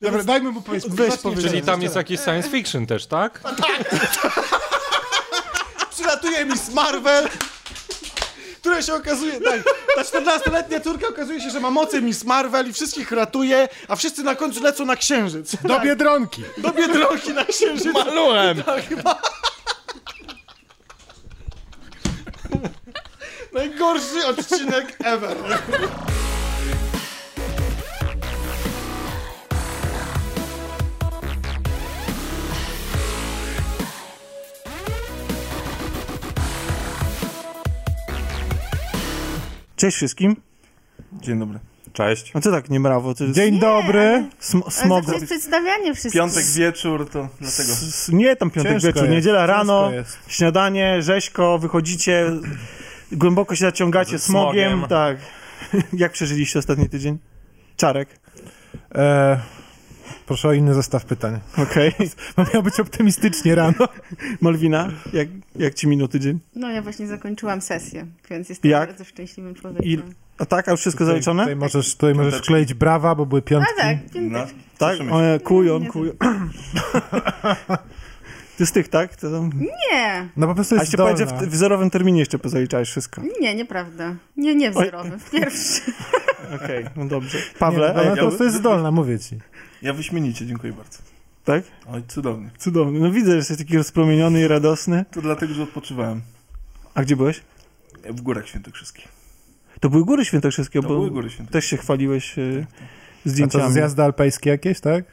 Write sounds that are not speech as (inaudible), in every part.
Dobra, dajmy mu powiedzieć. Weź zacznij powiedz. Czyli czytać. tam jest jakieś science fiction też, tak? Przylatuje Miss Marvel, która się okazuje, tak, ta 14-letnia córka okazuje się, że ma mocy Miss Marvel i wszystkich ratuje, a wszyscy na końcu lecą na księżyc. No Do Biedronki. Do Biedronki na księżyc. Malułem! Najgorszy odcinek ever. Cześć wszystkim. Dzień dobry. Cześć. A co tak nie brawo? To jest Dzień dobry. sm Ale smog. to jest przedstawianie wszystkich. Piątek wieczór, to dlatego. S- s- nie tam piątek Ciężko wieczór, jest, niedziela ciężko rano, jest. śniadanie, rzeźko, wychodzicie, głęboko się zaciągacie Z smogiem. smogiem. Tak. (laughs) Jak przeżyliście ostatni tydzień? Czarek. E, proszę o inny zestaw pytań. (laughs) Okej. No miał być optymistycznie rano. Malwina, jak, jak ci minął tydzień? No ja właśnie zakończyłam sesję, więc jestem Jak? bardzo szczęśliwym I, człowiekiem. a tak, a wszystko zaliczone? Tutaj możesz, tutaj możesz kleić brawa, bo były A piątki. tak, No, piątek. tak, cieszymy się. o, kujon, Nie. kujon. (laughs) Ty z tych, tak? To tam... Nie, No po prostu A jest się zdolna. powiedział, w w wzorowym terminie jeszcze pozaliczałeś wszystko. nie, nieprawda. Nie, nie wzorowy, w pierwszy. Okej, no dobrze. Nie, Pawle, a no, ona jak, po prostu jest zdolna, mówię ci. Ja wyśmienicie, dziękuję bardzo. tak? Oj, cudownie. Cudowny. No widzę, że jesteś taki rozpromieniony i radosny. To dlatego, że odpoczywałem A gdzie byłeś? w Górach Świętokrzyskich. To były Góry Świętokrzyskie, To bo były Góry Świętokrzyskich. też się chwaliłeś e, A to zdjęciami. zjazdy alpejskie jakieś, tak?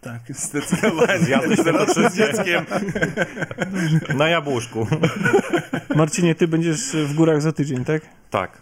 Tak, zdecydowanie. Zjadłeś teraz z dzieckiem. Tak. Na jabłuszku. (laughs) Marcinie, ty będziesz w górach za tydzień, tak? Tak,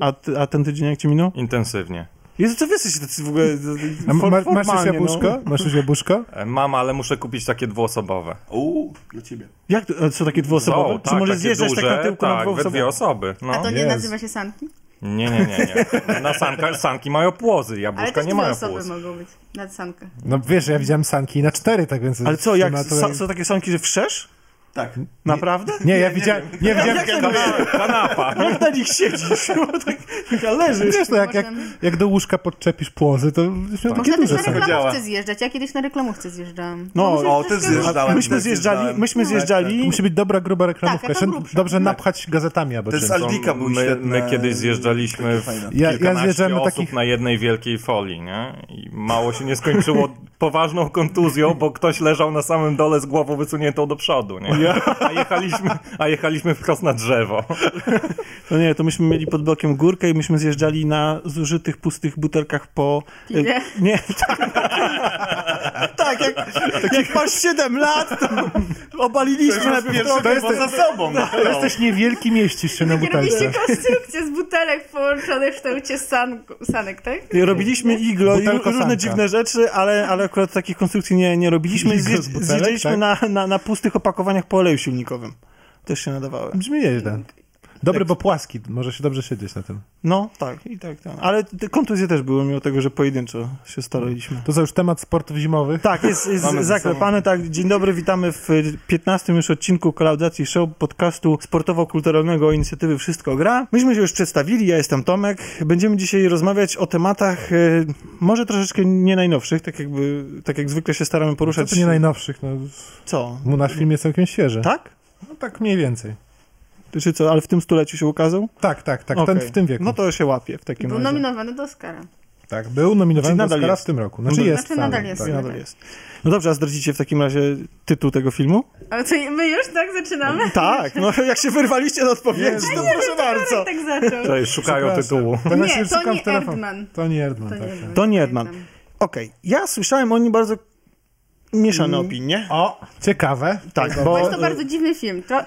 A, ty, a ten tydzień jak ci minął? intensywnie. Jezu, co wy jesteście tacy w ogóle z- z- A ma, for, masz już formalnie, jabłuszko? No. Masz już jabłuszko? E, Mam, ale muszę kupić takie dwuosobowe. Uuu, dla ciebie. Jak to, a co, takie dwuosobowe? Są, Czy tak, możesz takie zjeżdżać duże, tak na tyłku na tak, we dwuosobowe? dwie osoby. No. A to nie Jezu. nazywa się sanki? Nie, nie, nie, nie. (laughs) Na sanka, sanki mają płozy, Ale jabłuszka też nie dwie mają osoby płozy. mogą być nad sankę. No wiesz, ja widziałem sanki na cztery, tak więc... Ale co, to ma jak, tutaj- sa, są takie sanki, że wszesz? Tak. Naprawdę? Nie, ja widziałem... Nie, widziałem... Tak Jak, na- Kanapa. jak na nich siedzisz? Bo tak, chyba leżysz. Wiesz, no jak, jak, jak do łóżka podczepisz płozy, to już miał takie Można też duże na są. reklamówce Działa. zjeżdżać. Ja kiedyś na reklamówce zjeżdżałam. No, Może o, ty troszkę- zjeżdżasz. A Zjeżdżałem, myśmy też zjeżdżali, zjeżdżałem. Tak, myśmy zjeżdżali, Musi być dobra, gruba reklamówka. Tak, a to Jeszcze grubsza. dobrze napchać gazetami albo To jest czymś. al- Aldika był my, świetny. my kiedyś zjeżdżaliśmy w Takie fajne. Ja- ja kilkanaście zjeżdżałem na osób takich- na jednej wielkiej folii, nie? I mało się nie skończyło poważną kontuzją, bo ktoś leżał na samym dole z głową wysuniętą do przodu, nie? A jechaliśmy, a jechaliśmy wprost na drzewo. No nie, to myśmy mieli pod blokiem górkę i myśmy zjeżdżali na zużytych, pustych butelkach po... Piwie. Nie, (laughs) tak. tak, jak, jak masz 7 lat, to Tak, obaliliśmy na pierwszy To jest za sobą. no. Jesteś niewielki, mieścisz się na Takie robiliście butelce. konstrukcję z butelek połączonych w kształcie sanku, sanek, tak? Robiliśmy iglo i Butelko ró- różne sanka. dziwne rzeczy, ale, ale akurat takich konstrukcji nie, nie robiliśmy. Iglo z Zjeżdż, butelek, zjeżdżaliśmy tak? na, na, na pustych opakowaniach po oleju silnikowym. Też się nadawały. Brzmi nieźle. Dobry, bo płaski. Może się dobrze siedzieć na tym. No, tak, i tak. tak. Ale te kontuzje też były, mimo tego, że pojedynczo się staraliśmy. To za już temat sportów zimowych. Tak, jest, jest Mamy ze zaklepane. Tak. Dzień dobry, witamy w y, 15 już odcinku Kolaudacji Show, podcastu sportowo-kulturalnego inicjatywy Wszystko Gra. Myśmy się już przedstawili, ja jestem Tomek. Będziemy dzisiaj rozmawiać o tematach y, może troszeczkę nie najnowszych, tak jakby, tak jak zwykle się staramy Co poruszać. to nie najnowszych, no. Co? Bo nasz film jest całkiem świeży. Tak? No, tak mniej więcej. Czy co, ale w tym stuleciu się ukazał? Tak, tak, tak. Okej. Ten w tym wieku. No to się łapie w takim Był razie. nominowany do Oscara. Tak, był nominowany Czyli do nadal Oscara jest. w tym roku. Znaczy jest. Znaczy nadal cały, jest. tak. I nadal jest. No dobrze, a zdradzicie w takim razie tytuł tego filmu? Ale to my już tak zaczynamy? Tak, no jak się wyrwaliście do odpowiedzi, to (laughs) proszę bardzo. Tak zaczął. Tutaj szukają Przepraszam. tytułu. To ja się Nie, szukam Tony w znaczy telefon. Erdman. Tony Erdman, To tak. nie Erdman. To nie Erdman. Okej, ja słyszałem o nim bardzo mieszane opinie. O, ciekawe. Tak, Bo bo... jest to bardzo dziwny film. Tro, y,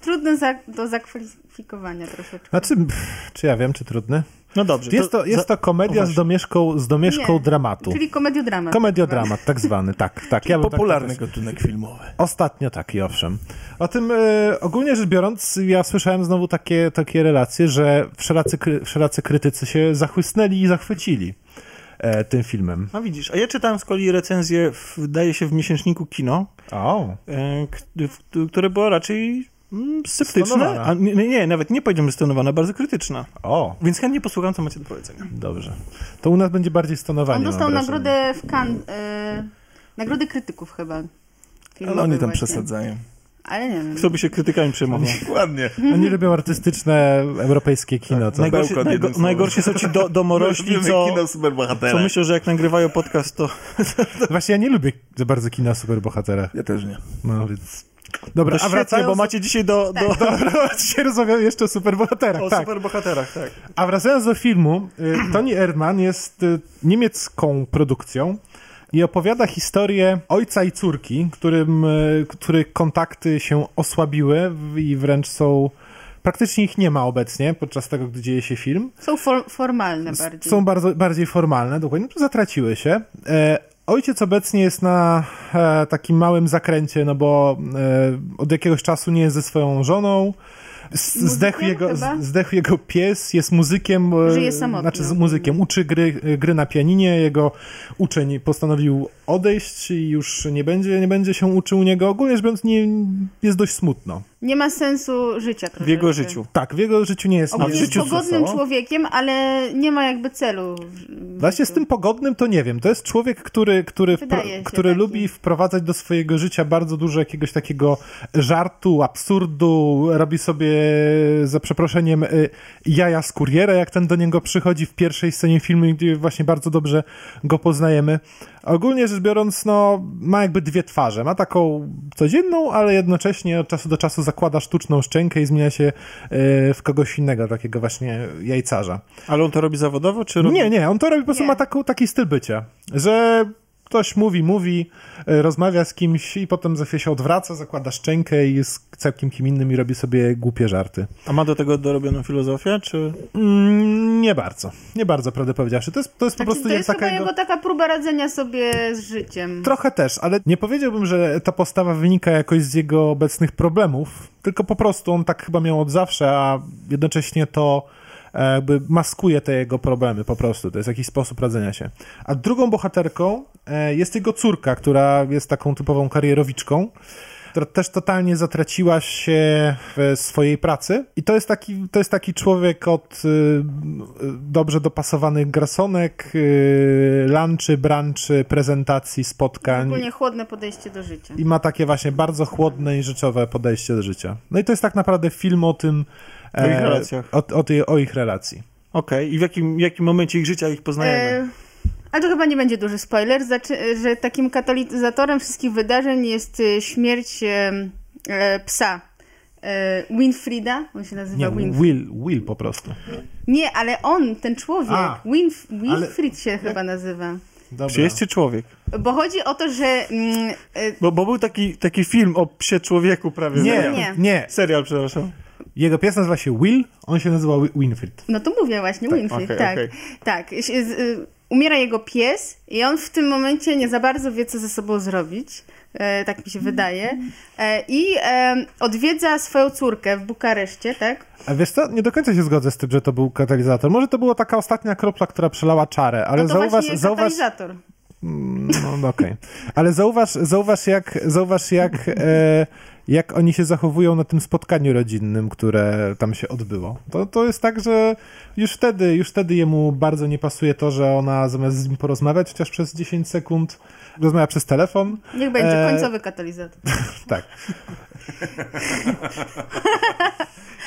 trudny za, do zakwalifikowania troszeczkę. Znaczy, pff, czy ja wiem, czy trudny? No dobrze. Jest to, jest to komedia z domieszką, z domieszką Nie, dramatu. Czyli komediodramat. Komediodramat, tak zwany, tak, tak. Ja bym tak to Popularny też- gatunek filmowy. Ostatnio tak, i owszem. O tym e, ogólnie rzecz biorąc, ja słyszałem znowu takie, takie relacje, że wszelacy, kry, wszelacy krytycy się zachłysnęli i zachwycili e, tym filmem. No widzisz, a ja czytałem z kolei recenzję, w, wydaje się, w miesięczniku Kino, O, e, k- w, które było raczej mm, sceptyczne, Stonowana. a nie, nie, nawet nie powiedziałbym stonowana, bardzo krytyczna. O, Więc chętnie posłucham, co macie do powiedzenia. dobrze. To u nas będzie bardziej stonowanie. On mam dostał wrażenie. nagrodę w Kan... Y, nagrodę krytyków chyba. Ale filmowych No, oni tam właśnie. przesadzają. Ale nie wiem. Kto by się krytykami przejmował? Ładnie. Oni lubią artystyczne europejskie kino. To. Najgorsi, Bełkot jednym najgo, słowem. najgorsi są ci do, domorośli, Robimy co, kino co superbohatera. myślą, że jak nagrywają podcast, to Właśnie ja nie lubię za bardzo kina o superbohaterach. Ja też nie. No więc... Dobra, to a No świetnie, wracając... bo macie dzisiaj do, do, (laughs) Dobra, dzisiaj rozmawiamy jeszcze o superbohaterach, o tak. superbohaterach, tak. A wracając do filmu, y, Toni Erdmann jest y, niemiecką produkcją i opowiada historię ojca i córki, którym, y, których kontakty się osłabiły w- i wręcz są. Praktycznie ich nie ma obecnie podczas tego, gdy dzieje się film. Są for, formalne bardziej. Są bardzo, bardziej formalne, dokładnie, No zatraciły się. E, ojciec obecnie jest na e, takim małym zakręcie, no bo e, od jakiegoś czasu nie jest ze swoją żoną. S- Muzykiem Zdechł jego, chyba? z- zdechł jego pies, jest muzykiem, e, Żyje samotnie. no. znaczy z muzykiem, uczy gry, gry na pianinie, jego uczeń postanowił odejść i już nie będzie, nie będzie się uczył u niego. Ogólnie rzecz biorąc, nie, jest dość smutno. Nie ma sensu życia troszeczkę. W jego życiu. Tak, w jego życiu nie jest On A w jest życiu pogodnym wesoło? człowiekiem, ale nie ma jakby celu. w- w Właśnie z życiu. tym pogodnym to nie wiem. To jest człowiek, który, który, Wydaje się wpro- który taki. lubi wprowadzać do swojego życia bardzo dużo jakiegoś takiego żartu, absurdu. Robi sobie, za przeproszeniem, y, jaja z kuriera, jak ten do niego przychodzi w pierwszej scenie filmu, gdzie właśnie bardzo dobrze go poznajemy. A Ogólnie rzecz biorąc, no, ma jakby dwie twarze. Ma taką codzienną, ale jednocześnie od czasu do czasu zakłada sztuczną szczękę i zmienia się y, w kogoś innego, takiego właśnie jajcarza. Ale on to robi zawodowo, czy robi... Nie, nie, on to robi, po prostu Nie. ma taką, taki styl bycia, że ktoś mówi, mówi, e, rozmawia z kimś i potem za chwilę się odwraca, zakłada szczękę i jest całkiem kim innym i robi sobie głupie żarty. A ma do tego dorobioną filozofię, czy... Mm, nie bardzo, nie bardzo, prawdę powiedziawszy. To jest, to jest po Znaczy, prostu to jest taka chyba jego taka próba radzenia sobie z życiem. Trochę też, ale nie powiedziałbym, że ta postawa wynika jakoś z jego obecnych problemów, tylko po prostu on tak chyba miał od zawsze, a jednocześnie to e, jakby maskuje te jego problemy po prostu. To jest jakiś sposób radzenia się. A drugą bohaterką e, jest jego córka, która jest taką typową karierowiczką, która też totalnie zatraciła się w swojej pracy. I to jest taki, to jest taki człowiek od y, y, dobrze dopasowanych grasonek, y, lunchy, branchy, prezentacji, spotkań. Ogólnie chłodne podejście do życia. I ma takie właśnie bardzo chłodne i rzeczowe podejście do życia. No i to jest tak naprawdę film o tym. e, O ich relacjach. O, o, tej, o ich relacji. Okej, i w jakim, jakim momencie ich życia ich poznajemy? E, ale to chyba nie będzie duży spoiler, znaczy, że takim katalizatorem wszystkich wydarzeń jest e, śmierć e, e, psa. E, Winfrida, on się nazywa Nie, Winfried. Will, Will po prostu. Nie, ale on, ten człowiek, A, Winf- Winfried się chyba nazywa. E, Dobra. Czy jest czy człowiek? Bo chodzi o to, że mm, e, Bo, bo był taki, taki film o psie człowieku prawie. Nie, Nie. nie, Serial, przepraszam. Jego pies nazywa się Will, on się nazywa Wi- Winfried. No to mówię właśnie, Winfrey, okej, tak. okej. Tak, się z- y, umiera jego pies i on w tym momencie nie za bardzo wie, co ze sobą zrobić. E, tak mi się wydaje. E, I e, odwiedza swoją córkę w Bukareszcie, tak? A wiesz co, nie do końca się zgodzę z tym, że to był katalizator. Może to była taka ostatnia kropla, która przelała czarę, ale No to zauważ, właśnie zauważ, katalizator. No, no okej. Ale zauważ, zauważ jak, zauważ jak, e, jak oni się zachowują na tym spotkaniu rodzinnym, które tam się odbyło. To, to jest tak, że już wtedy, już wtedy jemu bardzo nie pasuje to, że ona zamiast z nim porozmawiać chociaż przez 10 sekund, rozmawia przez telefon. Niech będzie E, końcowy katalizator. Tak.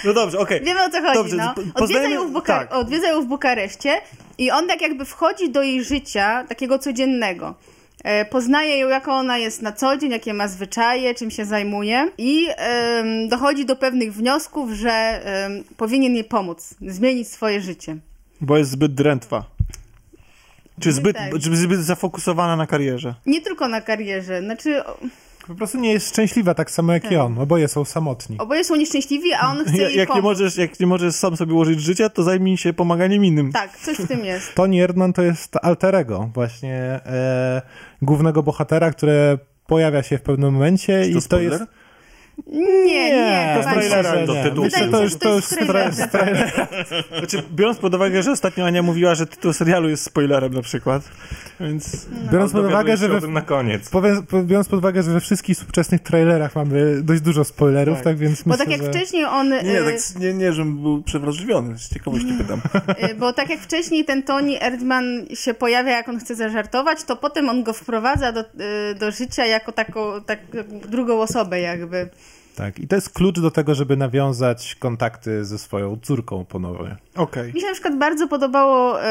No dobrze, okej. Wiemy o co chodzi, dobrze, no. po- Odwiedza poznajmy- ją, w Buka- tak. odwiedza ją w Bukareszcie i on tak jakby wchodzi do jej życia, takiego codziennego. E, Poznaje ją, jaką ona jest na co dzień, jakie ma zwyczaje, czym się zajmuje i em, dochodzi do pewnych wniosków, że em, powinien jej pomóc, zmienić swoje życie. Bo jest zbyt drętwa. Czy zbyt, tak. czy zbyt zafokusowana na karierze? Nie tylko na karierze, znaczy o- Po prostu nie jest szczęśliwa tak samo jak i on. Oboje są samotni. oboje są nieszczęśliwi, a on chce Ja, jej jak, nie pomóc. możesz, jak nie możesz sam sobie ułożyć życia, to zajmij się pomaganiem innym. Tak, coś w tym jest. Tony Erdman to jest alterego właśnie e, głównego bohatera, które pojawia się w pewnym momencie Czy to i to spoiler? jest... Nie, nie, Nie, chyba to nie. trailera Myślę, że do nie. tytułu. Wydaje mi To się, już- że to to jest już trailer. Znaczy, biorąc pod uwagę, że ostatnio Ania mówiła, że tytuł serialu jest spoilerem na przykład, więc... Biorąc pod uwagę, Dowiaduję się że we, o tym na koniec. powie- po- biorąc pod uwagę, że we wszystkich współczesnych trailerach mamy dość dużo spoilerów, tak, więc Bo myślę, tak jak że... wcześniej on... Nie, nie, y, tak, s- nie, nie, żebym był przewrażliwiony, z ciekawości pytam. Y, Bo tak jak wcześniej ten Tony Erdman się pojawia, jak on chce zażartować, to potem on go wprowadza do, y, do życia jako taką tak, drugą osobę jakby. Tak, i to jest klucz do tego, żeby nawiązać kontakty ze swoją córką ponownie. Okej. Mi się na przykład bardzo podobało ym,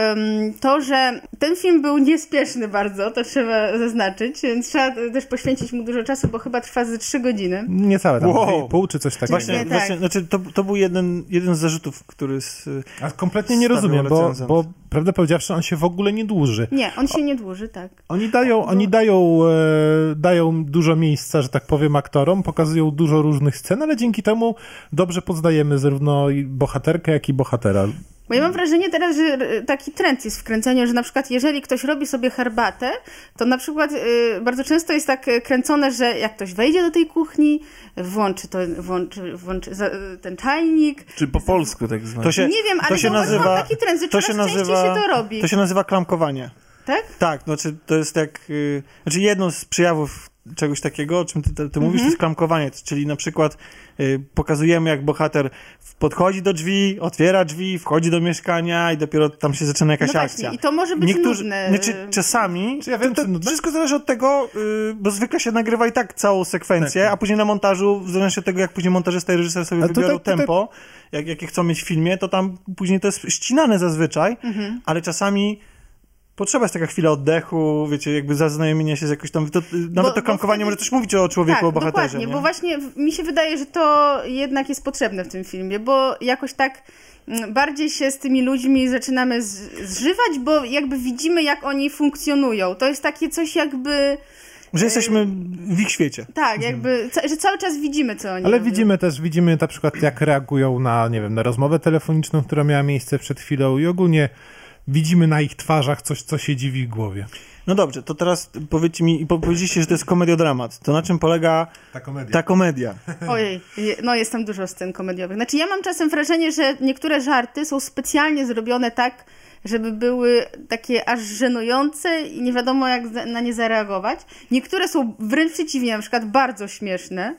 to, że ten film był niespieszny bardzo, to trzeba zaznaczyć, więc trzeba też poświęcić mu dużo czasu, bo chyba trwa ze trzy godziny. Niecałe, tam Wow. dwie i pół czy coś takiego. Właśnie, tak. właśnie znaczy, to, to był jeden, jeden z zarzutów, który z... A kompletnie nie Stawiam rozumiem, bo, recenzent. bo prawdę powiedziawszy, on się w ogóle nie dłuży. Nie, on się nie dłuży, tak. Oni dają, oni dają, e, dają dużo miejsca, że tak powiem, aktorom, pokazują dużo różnych scen, ale dzięki temu dobrze poznajemy zarówno i bohaterkę, jak i bohatera. Bo Mhm. ja mam wrażenie teraz, że y, taki trend jest w kręceniu, że na przykład jeżeli ktoś robi sobie herbatę, to na przykład y, bardzo często jest tak y, kręcone, że jak ktoś wejdzie do tej kuchni, włączy, to, włączy, włączy za, y, ten czajnik. Czy po polsku tak zwane. To się, Nie wiem, ale to się zauważyłam nazywa, taki trend, że to coraz się częściej nazywa, się to robi. To się nazywa klamkowanie. Tak? Tak, znaczy to jest jak. y, Znaczy jedno z przejawów czegoś takiego, o czym ty, ty, ty Mhm. mówisz, to jest klamkowanie. Czyli na przykład y, pokazujemy, jak bohater w- podchodzi do drzwi, otwiera drzwi, wchodzi do mieszkania i dopiero tam się zaczyna jakaś No właśnie, akcja. i to może być Niektórzy, nudne. Znaczy, czasami. Czy ja to, wiem, to czy nudne? no, wszystko zależy od tego, y, bo zwykle się nagrywa i tak całą sekwencję, a później na montażu, w zależności od tego, jak później montażysta i reżyser sobie A to wybiorą tak- to tak- tempo, Jak, jakie chcą mieć w filmie, to tam później to jest ścinane zazwyczaj, Mhm. ale czasami potrzeba jest taka chwila oddechu, wiecie, jakby zaznajomienia się z jakoś tam, to, nawet to bo klamkowanie wtedy- może też mówić o człowieku, o tak, bohaterze. dokładnie, nie? bo właśnie w- mi się wydaje, że to jednak jest potrzebne w tym filmie, bo jakoś tak mm, bardziej się z tymi ludźmi zaczynamy z- zżywać, bo jakby widzimy, jak oni funkcjonują. To jest takie coś jakby, Że jesteśmy w ich świecie. tak, jakby, ca- że cały czas widzimy, co oni Ale robią. widzimy też, widzimy na przykład, jak reagują na, nie wiem, na rozmowę telefoniczną, która miała miejsce przed chwilą i ogólnie widzimy na ich twarzach coś, co się dziwi w głowie. No dobrze, to teraz powiedzcie mi, bo powiedzieliście, że to jest komediodramat, to na czym polega Tak, Ta komedia. ta komedia? Ojej, je- no jest tam dużo scen komediowych. Znaczy ja mam czasem wrażenie, że niektóre żarty są specjalnie zrobione tak, żeby były takie aż żenujące i nie wiadomo jak za- na nie zareagować. Niektóre są wręcz przeciwnie, na przykład bardzo śmieszne,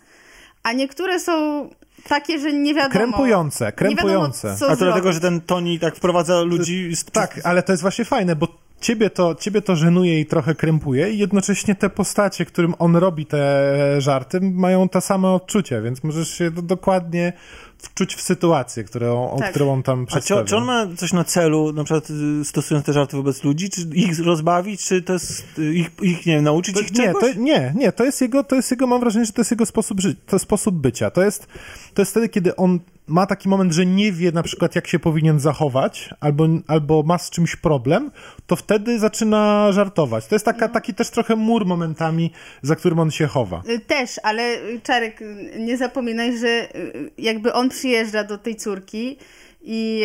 a niektóre są takie, że nie wiadomo. Krępujące, krępujące. Nie wiadomo, co A to zrobić. dlatego, że ten Tony tak wprowadza ludzi... Z... Tak, ale to jest właśnie fajne, bo ciebie to, ciebie to żenuje i trochę krępuje i jednocześnie te postacie, którym on robi te żarty, mają to samo odczucie, więc możesz się do, dokładnie wczuć w sytuację, którą, Tak. o, którą on tam A czy, przedstawia. czy on ma coś na celu, na przykład y, stosując te żarty wobec ludzi, czy ich rozbawić, czy to jest y, ich, ich nie wiem, nauczyć No ich nie, czegoś? to, nie, nie, to jest jego, to jest jego, mam wrażenie, że to jest jego sposób, ży- to jest sposób bycia. To jest, to jest wtedy, kiedy on ma taki moment, że nie wie na przykład, jak się powinien zachować, albo, albo ma z czymś problem, to wtedy zaczyna żartować. To jest taka, No. taki też trochę mur momentami, za którym on się chowa. Y, Też, ale y, Czarek, y, nie zapominaj, że y, jakby on przyjeżdża do tej córki i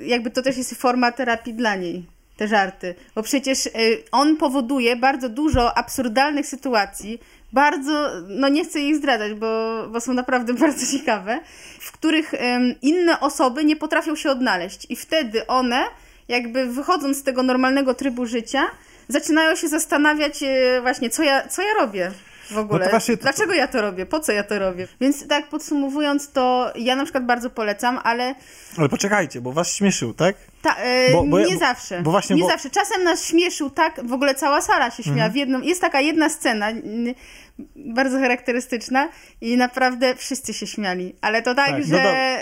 y, jakby to też jest forma terapii dla niej, te żarty. Bo przecież y, on powoduje bardzo dużo absurdalnych sytuacji, bardzo, no nie chcę ich zdradzać, bo, bo są naprawdę (laughs) bardzo ciekawe, w których ym, inne osoby nie potrafią się odnaleźć i wtedy one jakby wychodząc z tego normalnego trybu życia, zaczynają się zastanawiać y, właśnie, co ja, co ja robię w ogóle. to właśnie to- Dlaczego ja to robię? Po co ja to robię? Więc tak podsumowując, to ja na przykład bardzo polecam, ale Ale poczekajcie, bo was śmieszył, tak? ta, e, Bo- bo ja- nie bo- zawsze. bo właśnie, nie bo- zawsze. Czasem nas śmieszył tak, w ogóle cała sala się Mhm. śmiała. W jedną, jest taka jedna scena, n- bardzo charakterystyczna i naprawdę wszyscy się śmiali. Ale to tak, Tak, no że dobra.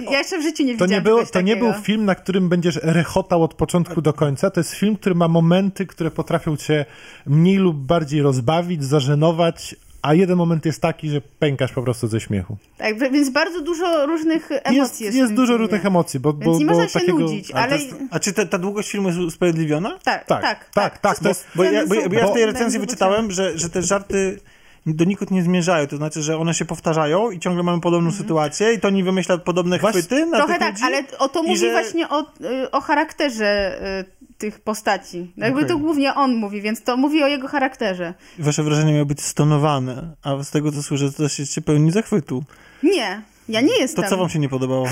e, ja jeszcze w życiu nie To widziałam nie, było, czegoś to nie takiego. był film, na którym będziesz rechotał od początku do końca. To jest film, który ma momenty, które potrafią cię mniej lub bardziej rozbawić, zażenować, a jeden moment jest taki, że pękasz po prostu ze śmiechu. Tak, więc bardzo dużo różnych emocji Jest, jest. w jest, tym dużo filmie. różnych emocji, bo, bo, Więc nie bo można się takiego... nudzić, Ale ale... to jest- A czy te, ta długość filmu jest usprawiedliwiona? Tak, tak, tak, tak, tak, Bo, to bo, ja, bo, ja- bo ja Sceny w tej są recenzji bardzo wyczytałem, że, że te żarty donikąd nie zmierzają. To znaczy, że one się powtarzają i ciągle mamy podobną sytuację i Tony wymyśla podobne Właśnie- chwyty na Mhm. Trochę tych tak, ludzi. ale o to i mówi że- właśnie o, y, o charakterze y, tych postaci. No Jakby Okej. to głównie on mówi, więc to mówi o jego charakterze. Wasze wrażenie miały być stonowane, a z tego co słyszę, to też jesteście pełni zachwytu. Nie, ja nie To jestem. co wam się nie podobało?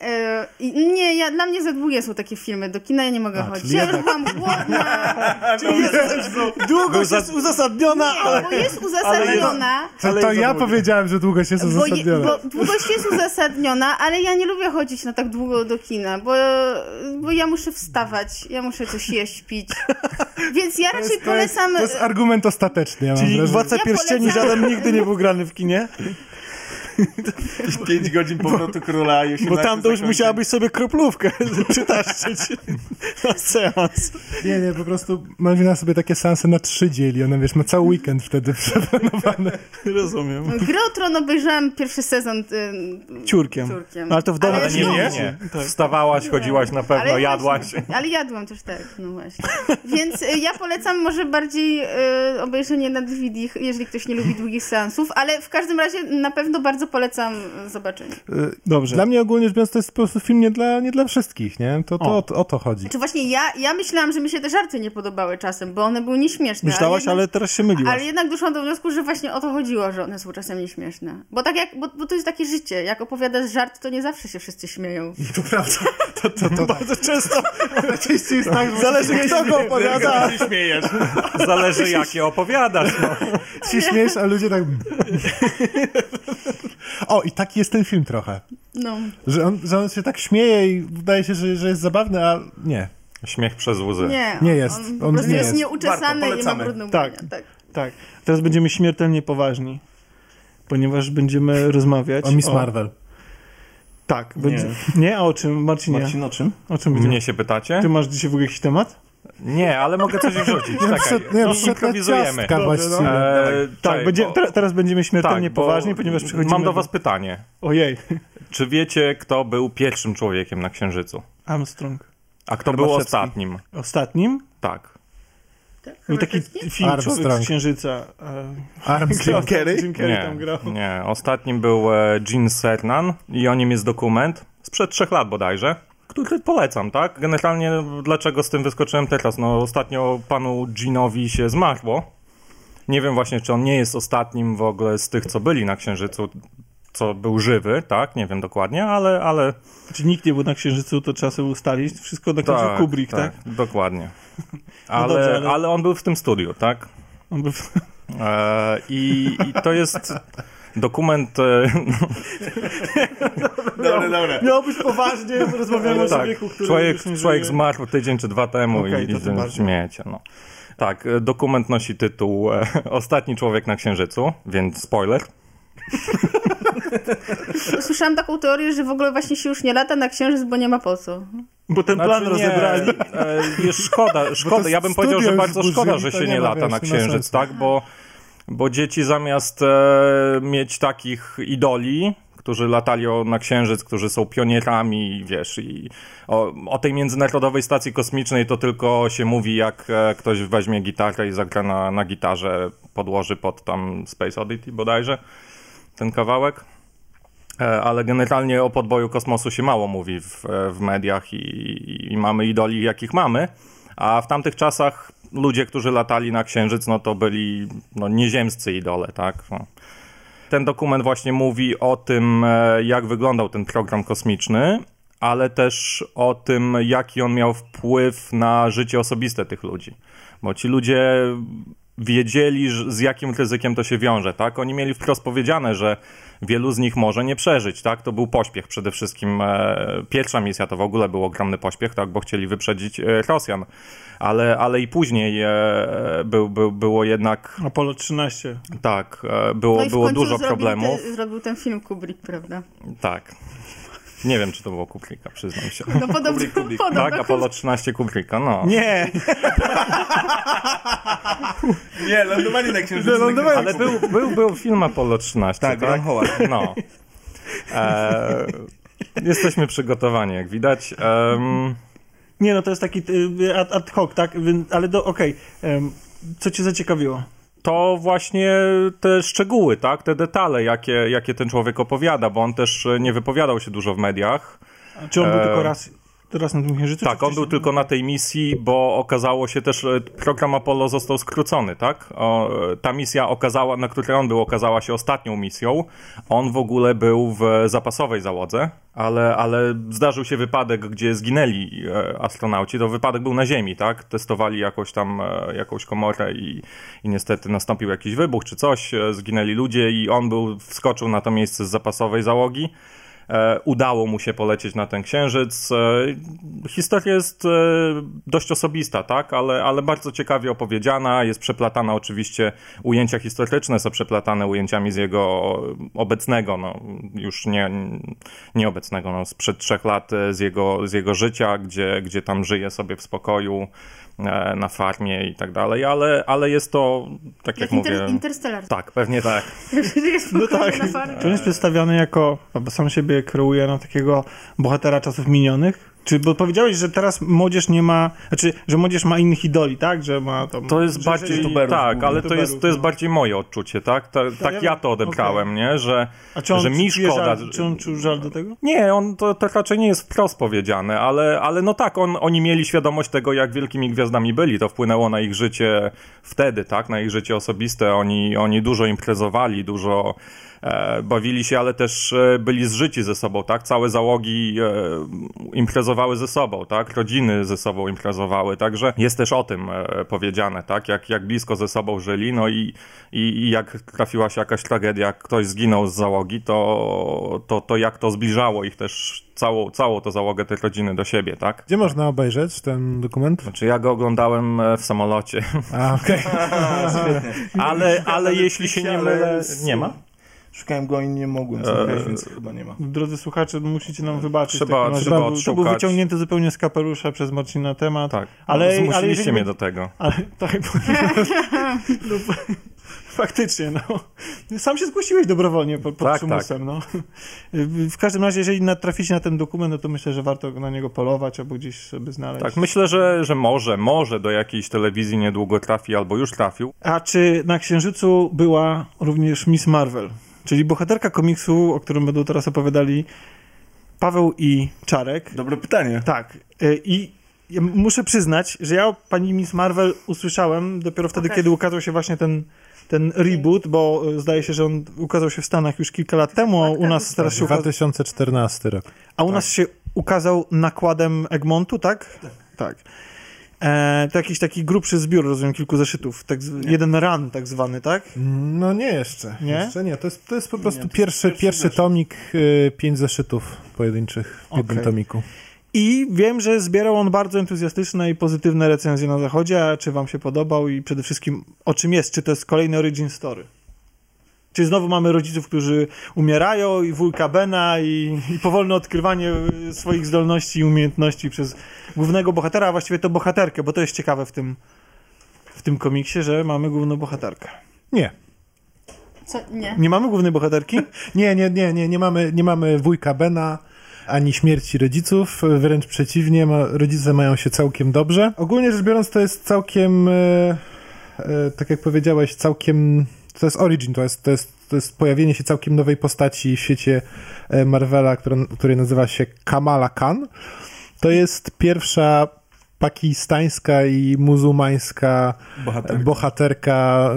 E, i- nie, ja, dla mnie za długie są takie filmy. Do kina ja nie mogę chodzić. czyli tak. Ja jednak- już byłam głodna, (laughs) Długość jest uzasadniona, nie, bo jest uzasadniona. To, Ale to i za ja długo. powiedziałem, że długość jest Bo, je, uzasadniona. bo długość jest uzasadniona, ale ja nie lubię chodzić na tak długo do kina, bo, bo ja muszę wstawać, ja muszę coś jeść, (laughs) pić. Więc ja raczej polecam. To jest argument ostateczny, ja mam Czyli wrażenie. Władca Ja Pierścieni polecam- żaden nigdy nie był grany w kinie, 5 godzin powrotu króla już bo tam to już musiałabyś sobie kroplówkę (laughs) przytaszczyć na seans. Nie, nie, po prostu Malwina sobie takie seanse na trzy dzieli, ona wiesz, na cały weekend wtedy przeplanowane. Rozumiem. Gry o Tron obejrzałam pierwszy sezon. y, Ciurkiem. Ciurkiem. No, ale to w domu Ale Ale też nie, nie, chodzi. nie. Wstawałaś, chodziłaś na pewno, jadłaś. Właśnie, ale jadłam też tak, no właśnie. Więc y, ja polecam może bardziej y, obejrzenie na DVD, jeżeli ktoś nie lubi długich seansów, ale w każdym razie na pewno bardzo polecam y, zobaczenie. Dobrze. Dla mnie ogólnie rzecz biorąc to jest po prostu film nie dla, nie dla wszystkich, nie? To, to o. to- o to chodzi. Znaczy właśnie ja, ja myślałam, że mi się te żarty nie podobały czasem, bo one były nieśmieszne. Myślałaś, ale teraz się myliłaś. Ale jednak doszłam do wniosku, że właśnie o to chodziło, że one są czasem nieśmieszne. Bo tak jak, bo, bo to jest takie życie, jak opowiadasz żart, to nie zawsze się wszyscy śmieją. To prawda. To, to, (laughs) to, Bardzo często Najczęściej jest (laughs) tak, że zależy kto go opowiada. się śmiejesz. (laughs) Zależy jakie opowiadasz. No. (laughs) się śmiesz, a (laughs) ludzie tak... O, i taki jest ten film trochę. No. Że on, że on się tak śmieje i wydaje się, że, że jest zabawny, a nie. Śmiech przez łzy. Nie, Nie jest, On, po on prostu nie jest jest. nieuczesany Warto, i ma polecamy. brudną Tak. banię, tak. Tak. Teraz będziemy śmiertelnie poważni. Ponieważ będziemy rozmawiać. O Miss Marvel. Tak. Będzie... Nie. a o czym? Marcinie, Marcin, o czym? o czym będziemy? Mnie się pytacie? Ty masz dzisiaj w ogóle jakiś temat? Tak, Nie, ale mogę coś wrzucić. Czekaj, Przed- nie, improwizujemy. ciastka właściwie. Eee, Tak, czekaj, będzie, bo- te- teraz będziemy śmiertelnie tak, bo poważni, ponieważ przychodzimy... Mam do was pytanie. Ojej, Czy wiecie, kto był pierwszym człowiekiem na Księżycu? Armstrong. A kto był Herbaszewski. ostatnim? Ostatnim Tak. był taki film Armstrong. Człowiek z Księżyca. e, Armstrong. Kerry? Jim Carrey Nie, tam grał. nie. Ostatnim był e, Gene Cernan i o nim jest dokument sprzed trzech lat bodajże, który polecam, tak? Generalnie dlaczego z tym wyskoczyłem teraz? No ostatnio panu Gene'owi się zmarło. Nie wiem właśnie, czy on nie jest ostatnim w ogóle z tych, co byli na Księżycu, co był żywy, tak? Nie wiem dokładnie, ale... ale Czy nikt nie był na Księżycu, to trzeba sobie ustalić. Wszystko dokończył Kubrick, tak? (laughs) No Dokładnie. Ale, dobrze, ale- ale... on był w tym studiu, tak? On był... E, i, I to jest dokument... E, Dobra, dobra. (laughs) Miał być (laughs) poważnie, rozmawiamy o człowieku, (laughs) który człowiek, już nie człowiek żyje. zmarł tydzień czy dwa temu Okej, i, to i tym bardziej. śmiecie. No. Tak, e, dokument nosi tytuł e, (laughs) Ostatni człowiek na Księżycu, więc spoiler. Słyszałam taką teorię, że w ogóle właśnie się już nie lata na księżyc, bo nie ma po co. Bo ten plan Znaczy, nie, rozebrali. e, Jest szkoda, szkoda. Ja bym studio powiedział, że już bardzo zburzyli, szkoda, że to się nie nie ma, lata wiesz, na nie ma księżyc, sensu. tak? Bo, bo dzieci zamiast e, mieć takich idoli, którzy latali o, na księżyc, którzy są pionierami, wiesz, i o, o tej międzynarodowej stacji kosmicznej to tylko się mówi, jak e, ktoś weźmie gitarę i zagra na, na gitarze, podłoży pod tam Space Oddity bodajże ten kawałek. E, Ale generalnie o podboju kosmosu się mało mówi w, e, w mediach i, i- i mamy idoli, jakich mamy. A w tamtych czasach ludzie, którzy latali na Księżyc, no to byli no, nieziemscy idole, tak? No. Ten dokument właśnie mówi o tym, e, jak wyglądał ten program kosmiczny, ale też o tym, jaki on miał wpływ na życie osobiste tych ludzi. Bo ci ludzie wiedzieli, że- z jakim ryzykiem to się wiąże, tak? Oni mieli wprost powiedziane, że wielu z nich może nie przeżyć, tak? To był pośpiech przede wszystkim. E, pierwsza misja to w ogóle był ogromny pośpiech, tak? Bo chcieli wyprzedzić e, Rosjan. Ale, ale i później e, był, był, było jednak, Apollo 13. tak, e, było, No i w było końcu dużo zrobił problemów. Te, zrobił ten film Kubrick, prawda? Tak. Nie wiem, czy to było Kubricka, przyznam się. No podobno, Kubrick, Kubrick. podobno Tak, Apollo 13 Kubricka, no. Nie! Nie, lądowanie na księżycu. Lądowanie. Ale był, był, był film Apollo 13, Tak, tak? Graham Howard. No. E, jesteśmy przygotowani, jak widać. Em, Nie, y, no to jest taki y, ad, ad hoc, tak? Wy- Ale do, okej. em, Co cię zaciekawiło? to właśnie te szczegóły, tak? Te detale, jakie, jakie ten człowiek opowiada, bo on też e, nie wypowiadał się dużo w mediach. Czy on był E, tylko raz, raz na tym księżycu? Tak, czy on był wcześniej? tylko na tej misji, bo okazało się też, e, program Apollo został skrócony, tak? O, e, ta misja okazała, na której on był, okazała się ostatnią misją. On w ogóle był w zapasowej załodze, ale, ale zdarzył się wypadek, gdzie zginęli e, astronauci. To wypadek był na Ziemi, tak? Testowali jakoś tam e, jakąś komorę i, i niestety nastąpił jakiś wybuch czy coś, e, zginęli ludzie i on był, wskoczył na to miejsce z zapasowej załogi. E, udało mu się polecieć na ten księżyc. E, historia jest e, dość osobista, tak, ale, ale bardzo ciekawie opowiedziana. Jest przeplatana oczywiście, ujęcia historyczne są przeplatane ujęciami z jego obecnego, no, już nie, nie obecnego, no, sprzed trzech lat e, z jego, z jego życia, gdzie, gdzie tam żyje sobie w spokoju e, na farmie i tak dalej, ale, ale jest to, tak jak, Jak inter, mówię... Interstellar. (laughs) Tak, pewnie tak. Jest no tak. na farmie. Czy on jest przedstawiony jako, bo sam siebie kreuje na takiego bohatera czasów minionych? Czy, bo powiedziałeś, że teraz młodzież nie ma, znaczy, że młodzież ma innych idoli, tak? Że ma tam... To jest że- bardziej. youtuberów tak, głównie. ale to jest, to jest no. bardziej moje odczucie, tak? Ta, tak ja- ja, to odebrałem, nie? Że, A czy on że mi czuje szkoda. Żal, czy on czuł żal do tego? Nie, on to, to raczej nie jest wprost powiedziane, ale, ale no tak, on, oni mieli świadomość tego, jak wielkimi gwiazdami byli. To wpłynęło na ich życie wtedy, tak? Na ich życie osobiste. Oni, oni dużo imprezowali, dużo e, bawili się, ale też e, byli zżyci ze sobą, tak? Całe załogi e, imprezowały ze sobą, tak? Rodziny ze sobą imprezowały, także jest też o tym e, powiedziane, tak? Jak, jak blisko ze sobą żyli, no i, i, i jak trafiła się jakaś tragedia, jak ktoś zginął z załogi, to, to, to jak to zbliżało ich też, całą, całą tą załogę tej rodziny do siebie, tak? Gdzie można obejrzeć ten dokument? Znaczy ja go oglądałem e, w (laughs) samolocie, A, (laughs) okej. ale, ale jeśli się nie mylę... Nie ma? Szukałem go i nie mogłem znaleźć, więc chyba nie ma. Drodzy słuchacze, musicie nam wybaczyć. Trzeba- w takim razie. trzeba to, był, to był odszukać. wyciągnięty zupełnie z kapelusza przez Marcina temat. Tak, Ale- ale, ale zmusiliście jeżeli mnie by- do tego. Ale tak, bo, no, bo- faktycznie, no. Sam się zgłosiłeś dobrowolnie pod, pod Tak, przymusem, no. W każdym razie, jeżeli natraficie na ten dokument, no to myślę, że warto na niego polować albo gdzieś sobie znaleźć. Tak, myślę, że, że może, może do jakiejś telewizji niedługo trafi albo już trafił. A czy na Księżycu była również Miss Marvel, czyli bohaterka komiksu, o którym będą teraz opowiadali Paweł i Czarek. Dobre pytanie. Tak. y, I ja muszę przyznać, że ja o pani Miss Marvel usłyszałem dopiero wtedy, Okej. kiedy ukazał się właśnie ten, ten reboot, bo y, zdaje się, że on ukazał się w Stanach już kilka lat temu, a u nas teraz się ukazał, 2014 rok. a u nas się ukazał nakładem Egmontu, tak? Tak. E, to jakiś taki grubszy zbiór, rozumiem, kilku zeszytów. Tak z, jeden run tak zwany, tak? No nie jeszcze. Nie? Jeszcze nie. To jest, to jest po prostu pierwszy, pierwszy, tomik, y, pięć zeszytów pojedynczych w jednym Okej. tomiku. I wiem, że zbierał on bardzo entuzjastyczne i pozytywne recenzje na zachodzie. A czy wam się podobał i przede wszystkim o czym jest? Czy to jest kolejny origin story? Czy znowu mamy rodziców, którzy umierają i wujka Bena i, i powolne odkrywanie y, swoich zdolności i umiejętności przez głównego bohatera, a właściwie to bohaterkę, bo to jest ciekawe w tym, w tym komiksie, że mamy główną bohaterkę. Nie. Co? Nie. Nie mamy głównej bohaterki? Nie, nie, nie, nie, nie mamy, nie mamy wujka Bena ani śmierci rodziców, wręcz przeciwnie, ma, rodzice mają się całkiem dobrze. Ogólnie rzecz biorąc, to jest całkiem, e, e, tak jak powiedziałeś, całkiem, to jest origin, to jest, to jest, to jest pojawienie się całkiem nowej postaci w świecie e, Marvela, która, której nazywa się Kamala Khan. To jest pierwsza pakistańska i muzułmańska e, Bohaterka. bohaterka,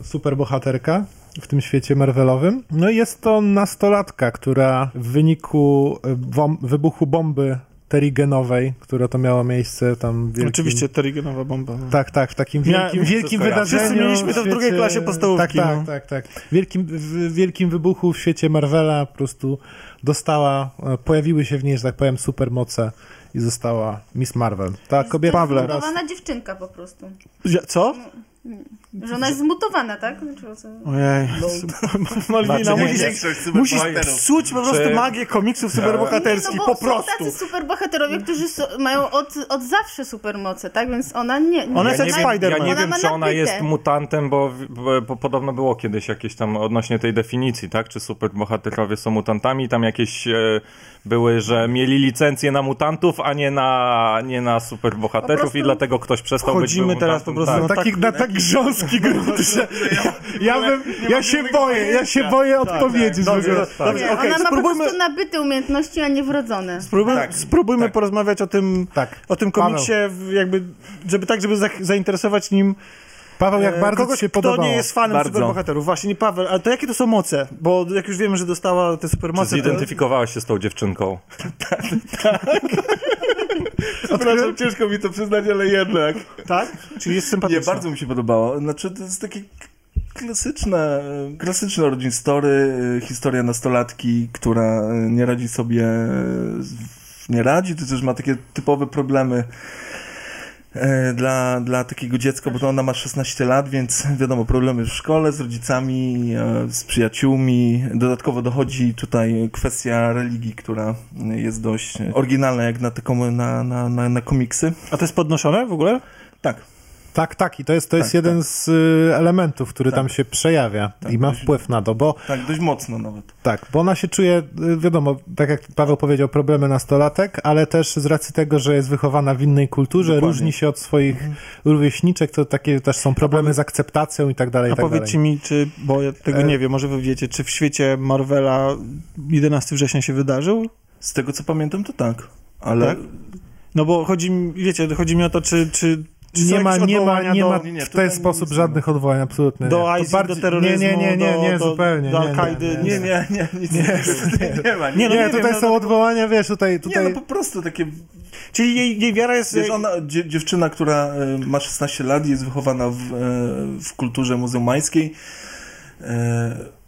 e, superbohaterka w tym świecie Marvelowym. No i jest to nastolatka, która w wyniku e, wom- wybuchu bomby terigenowej, która to miało miejsce tam w wielkim... Oczywiście, Terigenowa bomba. No. Tak, tak, w takim Mia- wielkim, wielkim Wszystko wydarzeniu. jasne. Wszyscy mieliśmy to w świecie- drugiej klasie podstawówki, Tak, no. tak, tak. tak. Wielkim, w wielkim wybuchu w świecie Marvela po prostu dostała, e, pojawiły się w niej, że tak powiem, supermoce i została Miss Marvel. Ta kobieta, Pawle. która Tak, Zmutowana dziewczynka po prostu. Ja- Co? Że ona jest zmutowana, tak? Znaczy, o co- Ojej. Malwina, Znaczy, musisz nie, Musisz superbohaterów. psuć po prostu Czy- magię komiksów superbohaterskich, Nie, no bo po Są prostu. tacy superbohaterowie, którzy so, mają od, od zawsze supermoce, tak? Więc ona nie. nie Ona jest jak nie wiem- Spider-Man. Ja nie Ona wiem, ma czy ona nabyte. jest mutantem, bo, w- bo, bo podobno było kiedyś jakieś tam odnośnie tej definicji, tak? Czy superbohaterowie są mutantami? Tam jakieś e, były, że mieli licencję na mutantów, a nie na, nie na Po superbohaterów prostu- i dlatego ktoś przestał być Chodzimy teraz po mutantem, prostu tak. na na, tak, No, taki, na tak grząską (laughs) polski grunt, że ja, ja, bym, ja się boję, ja się boję odpowiedzi. w ogóle. Tak, Dobrze, Nie, okej, ona ma po spróbujmy, prostu nabyte umiejętności, a nie wrodzone. spróbujmy, spróbujmy tak. porozmawiać o tym, Tak. o tym Paweł. komiksie, w- jakby, żeby tak, żeby za, zainteresować nim Paweł, jak e, bardzo kogoś, ci się kto podobało. nie jest fanem Bardzo. superbohaterów. Właśnie, nie Paweł, ale to jakie to są moce? Bo jak już wiemy, że dostała te supermoce, Zidentyfikowałeś się z tą dziewczynką. Przepraszam, ciężko mi to przyznać, ale jednak. to... Tak? Czyli jest Nie, sympatyczna. bardzo mi się podobało. Znaczy, to jest takie k- klasyczne, e, klasyczne origin story, e, historia nastolatki, która e, nie radzi sobie, e, z- nie radzi, czy też ma takie typowe problemy e, dla, dla takiego dziecka, bo to ona ma 16 lat, więc wiadomo, problemy w szkole, z rodzicami, e, z przyjaciółmi. Dodatkowo dochodzi tutaj kwestia religii, która e, jest dość e, oryginalna jak na, te, komu- na, na, na, na komiksy. A to jest podnoszone w ogóle? Tak. Tak, tak. I to jest, to jest Tak, jeden z y, elementów, który Tak. tam się przejawia i ma wpływ na to, bo Tak, dość mocno nawet. tak, bo ona się czuje, y, wiadomo, tak jak Paweł powiedział, problemy nastolatek, ale też z racji tego, że jest wychowana w innej kulturze, Dokładnie. różni się od swoich rówieśniczek, to takie też są problemy z akceptacją i tak dalej, i A tak powiedzcie dalej. E, mi, czy, bo ja tego nie wiem, może wy wiecie, czy w świecie Marvela 11 września się wydarzył? Z tego co pamiętam, to tak. Ale Tak? No bo chodzi mi, wiecie, chodzi mi o to, czy, czy, czy są Nie ma, jakieś nie ma, odwołania nie do, ma nie, nie, w tutaj ten nic sposób nie ma. żadnych odwołań, absolutnie nie. do To ISIS, bardziej- do terroryzmu, Nie, nie, nie, nie, do, do, zupełnie. do nie, nie, Al-Kaidy. nie, nie. Nie, nie, nie, nic nie, (laughs) nie, nie ma. Nie, Nie, no Nie, nie, tutaj wiem, no, są odwołania, wiesz, tutaj... nie, tutaj... no po prostu takie, Czyli jej, jej wiara jest... wiesz, ona, dzie, dziewczyna, która e, ma 16 lat i jest wychowana w, e, w kulturze muzułmańskiej, e,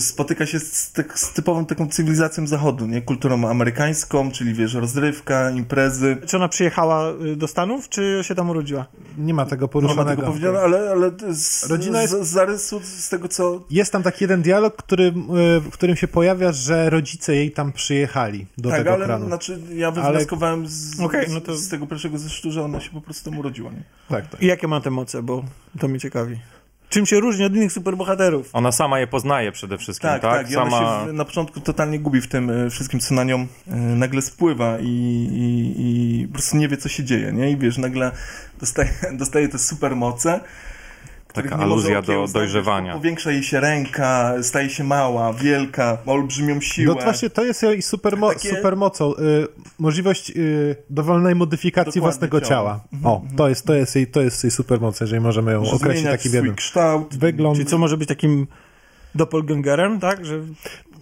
spotyka się z, tak, z typową taką cywilizacją zachodu, nie? Kulturą amerykańską, czyli wiesz, rozrywka, imprezy. Czy ona przyjechała y, do Stanów, czy się tam urodziła? Nie ma tego Nie No, ma poruszonego. tego powiedziane, ale, ale z, Rodzina jest- z, z zarysu, z tego co... Jest tam taki jeden dialog, który, y, w którym się pojawia, że rodzice jej tam przyjechali do tak, tego ale kranu. znaczy ja wywnioskowałem z, Okej, z, no to- z tego pierwszego zeszytu, że ona się po prostu tam urodziła, nie? Tak, tak. I jakie ma te moce, bo to mnie ciekawi. Czym się różni od innych superbohaterów? Ona sama je poznaje przede wszystkim, Tak, tak? tak. I ona sama... się w, na początku totalnie gubi w tym e, wszystkim, co na nią e, nagle spływa i, i, i po prostu nie wie, co się dzieje, nie? I wiesz, nagle dostaje, (laughs) dostaje te supermoce. których Taka nie może aluzja do okiełznać, dojrzewania. Powiększa jej się ręka, staje się mała, wielka, ma olbrzymią siłę. No to właśnie to jest jej supermo- Takie- supermocą. Y, możliwość y, dowolnej modyfikacji Dokładnie własnego ciała. ciała. Mhm, O, to jest, to jest jej, to jest jej supermoc, jeżeli możemy ją Że określić zmienia taki w swój jednym. kształt. Wygląd. Czyli co może być takim doppelgangerem, tak? Że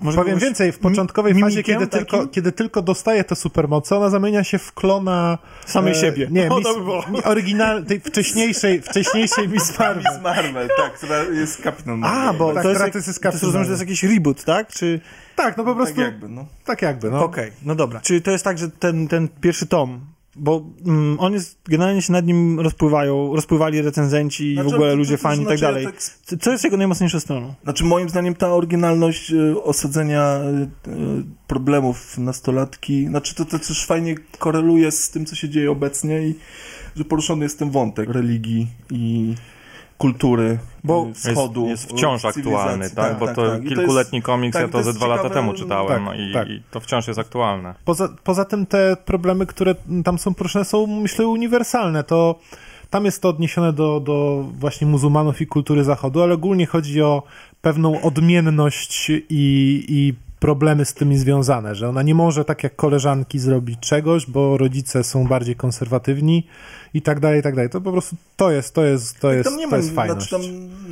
może Powiem kogoś- więcej, w początkowej mi- fazie, mimikiem kiedy takim? tylko, kiedy tylko dostaje tę supermoce, ona zamienia się w klona... e, Samej siebie. Nie, O, Miss, to by (laughs) było. mi- oryginal, tej wcześniejszej, wcześniejszej Miss Marvel. Miss Marvel, tak, która jest kapitan. A, bo Tak, to jest, teraz jak, to jest to jest, rozumiem, że to jest jakiś reboot, tak? Czy... Tak, no po prostu... Tak jakby, no. Tak jakby, no. Okej, no dobra. Czy to jest tak, że ten, ten pierwszy tom, bo mm, on jest, generalnie się nad nim rozpływają, rozpływali recenzenci i w Znaczy, ogóle to- ludzie, to- to fani i tak znaczy, ja dalej. tak z- Co- Co jest jego najmocniejszą stroną? Znaczy, moim zdaniem ta oryginalność e, osadzenia e, e, problemów nastolatki, znaczy to, to też fajnie koreluje z tym, co się dzieje obecnie i że poruszony jest ten wątek religii i kultury Bo e, wschodu. jest, jest wciąż e, cywilizacji. aktualny, tak? Bo to I kilkuletni jest- komiks, tak, ja to to ze jest dwa lata ciekawe, temu no, czytałem tak, i, tak. i to wciąż jest aktualne. Poza, poza tym te problemy, które tam są poruszone, są myślę uniwersalne. To tam jest to odniesione do, do właśnie muzułmanów i kultury zachodu, ale ogólnie chodzi o pewną odmienność i, i problemy z tymi związane, że ona nie może tak jak koleżanki zrobić czegoś, bo rodzice są bardziej konserwatywni i tak dalej, i tak dalej. To po prostu to jest, to jest, to jest, Tam nie to ma, jest znaczy fajność. tam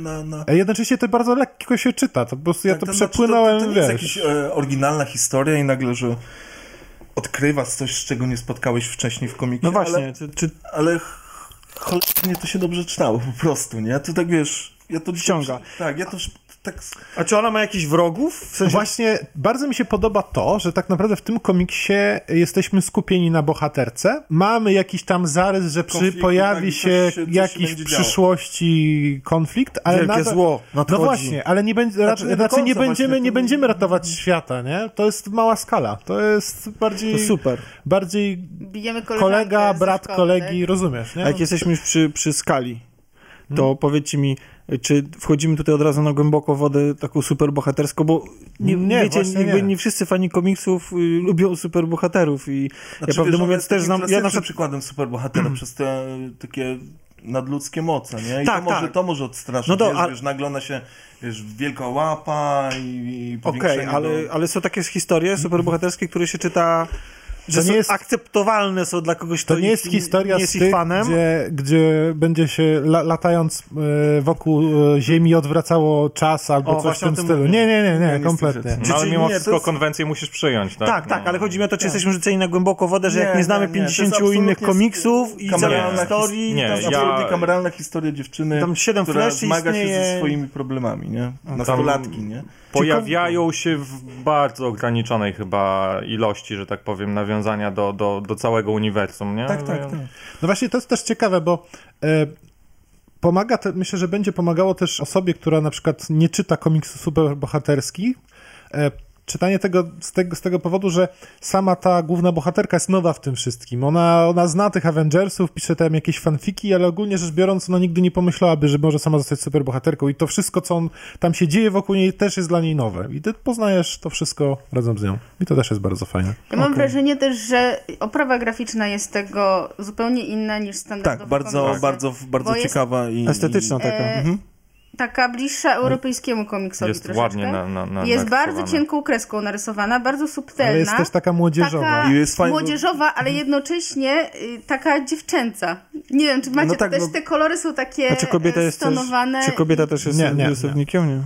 na, na... A Jednocześnie to bardzo lekko się czyta, to po prostu ja Tak, to znaczy, przepłynąłem, To, to, to nie wiesz. jest jakaś e, oryginalna historia i nagle, że odkrywasz coś, z czego nie spotkałeś wcześniej w komiksie. No właśnie, ale- czy, czy ale ch- cholernie to się dobrze czytało po prostu, nie? To tak wiesz, ja to dzisiaj- Wciąga. Tak, ja to już tak... s- A czy ona ma jakichś wrogów? W sensie... Właśnie bardzo mi się podoba to, że tak naprawdę w tym komiksie jesteśmy skupieni na bohaterce. Mamy jakiś tam zarys, że przy, Konfliktu, pojawi tak, się coś się- coś jakiś będzie w działo. przyszłości konflikt, ale Wielkie nadal... zło nadchodzi. No właśnie, ale nie, będzie, znaczy, nie do znaczy nie, końca będziemy, właśnie, nie to- będziemy ratować świata, nie? To jest mała skala. To jest bardziej... To super. Bardziej Bijemy koleżankę kolega, ze brat szkoły, kolegi, rozumiesz, nie? A jak jesteśmy już przy, przy skali, to powiedzcie mi, czy wchodzimy tutaj od razu na głęboko wodę taką superbohaterską, bo nie, Nie, wiecie, właśnie jakby nie. nie. wszyscy fani komiksów y, lubią superbohaterów i ja prawdę Znaczy, wiesz, on mówiąc jest też takim znam, ja na klasycznym przykład (clears throat) przykładem superbohatera przez te takie nadludzkie moce, nie? I Tak, to, może, tak. to może odstraszyć, No no to- to, wiesz, a- wiesz, nagle ona się, wiesz, wielka łapa i, i Okej, powiększenie ale, do... ale są takie historie superbohaterskie, które się czyta, że nie są jest- akceptowalne są dla kogoś, kto To nie jest ich- historia nie jest z ich tych, fanem. Gdzie, gdzie będzie się la, latając e, wokół e, Ziemi odwracało czas albo O, coś w właśnie o tym tym stylu. mówię. Nie, nie, nie, nie, nie kompletnie. słyszę. No, ale Czy- mimo nie, wszystko to jest- konwencję musisz przyjąć, tak? Tak, tak, No. ale chodzi mi o to, czy jesteśmy rzuceni na głęboką wodę, że jak Nie, nie znamy nie, nie, to jest 50 innych absolutnie komiksów i całej kameralna historii, his- nie, tam To jest ja- absolutnie kameralna historia dziewczyny, Tam siedem która fleszy zmaga się istnieje. No ze swoimi problemami, nie? Nastolatki, nie? Pojawiają się w bardzo ograniczonej chyba ilości, że tak powiem, nawiązania do, do, do całego uniwersum, nie? Tak, tak, tak. No właśnie, to jest też ciekawe, bo e, pomaga, te, myślę, że będzie pomagało też osobie, która na przykład nie czyta komiksów superbohaterskich, e, czytanie tego z, tego z tego powodu, że sama ta główna bohaterka jest nowa w tym wszystkim. Ona, ona zna tych Avengersów, pisze tam jakieś fanfiki, ale ogólnie rzecz biorąc, ona nigdy nie pomyślałaby, że może sama zostać superbohaterką i to wszystko, co on, tam się dzieje wokół niej, też jest dla niej nowe. I ty poznajesz to wszystko razem z nią. I to też jest bardzo fajne. Ja mam wrażenie też, że oprawa graficzna jest tego zupełnie inna niż standardowa. Tak, bardzo, komiksa. bardzo, bardzo Bo jest, ciekawa i... Estetyczna i... taka. E, Mhm. Taka bliższa europejskiemu komiksowi Jest troszeczkę. ładnie na, na, na jest narysowane. bardzo cienką kreską narysowana, bardzo subtelna. Ale jest też taka młodzieżowa. Taka I jest fajna- Mhm. młodzieżowa, ale jednocześnie y, taka dziewczęca. Nie wiem, czy macie No tak, też no- te kolory są takie Znaczy, A czy kobieta e, jest też, stonowane. czy kobieta też jest Nie, nie, nie. rysownikiem? Nie.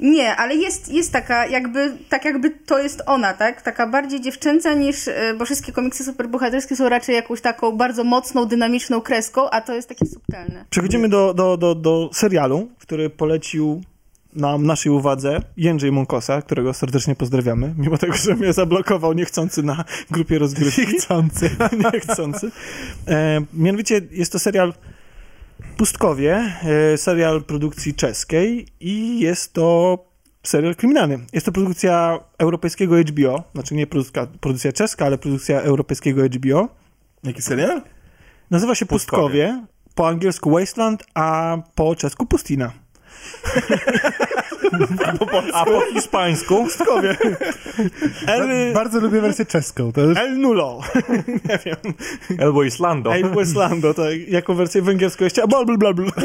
Nie, ale jest, jest taka, jakby, tak jakby to jest ona, tak? Taka bardziej dziewczęca niż, e, bo wszystkie komiksy superbohaterskie są raczej jakąś taką bardzo mocną, dynamiczną kreską, a to jest takie subtelne. Przechodzimy do, do, do, do serialu, który polecił nam naszej uwadze Jędrzej Munkosa, którego serdecznie pozdrawiamy, mimo tego, że mnie zablokował niechcący na grupie rozgrywki. Niechcący. (laughs) niechcący. E, mianowicie jest to serial Pustkowie, e, serial produkcji czeskiej i jest to serial kryminalny. Jest to produkcja europejskiego HBO, znaczy nie produkcja, produkcja czeska, ale produkcja europejskiego HBO. Jaki serial? Nazywa się Pustkowie, Pustkowie. po angielsku Wasteland, a po czesku Pustina. A po (laughs) hiszpańsku? Pustkowie. El, Bardzo lubię wersję czeską. To jest... El Nulo. (laughs) Nie wiem. Elbo Islando. El Westlando, to jaką wersję węgierską jeszcze? Bla, bla, bla, bla. Tak.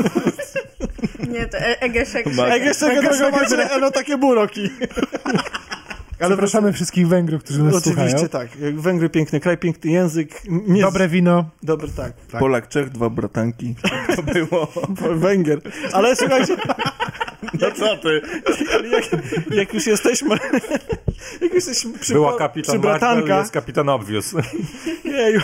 Nie, to e Egeszek. Jak jeszcze tego drogowego, elo takie buroki. (laughs) Ale Zapraszamy wszystkich Węgrów, którzy nas Oczywiście słuchają. tak. Węgry piękny kraj, piękny język. Nie Dobre wino. Dobry, tak. Polak, Czech, dwa bratanki. To było. Węgier. Ale słuchajcie, No co ty? ale jak, jak już jesteśmy... (laughs) Jak już jesteśmy przy, Była przy kapitan Marvel, bratankach... jest kapitan Obvious. Jeju.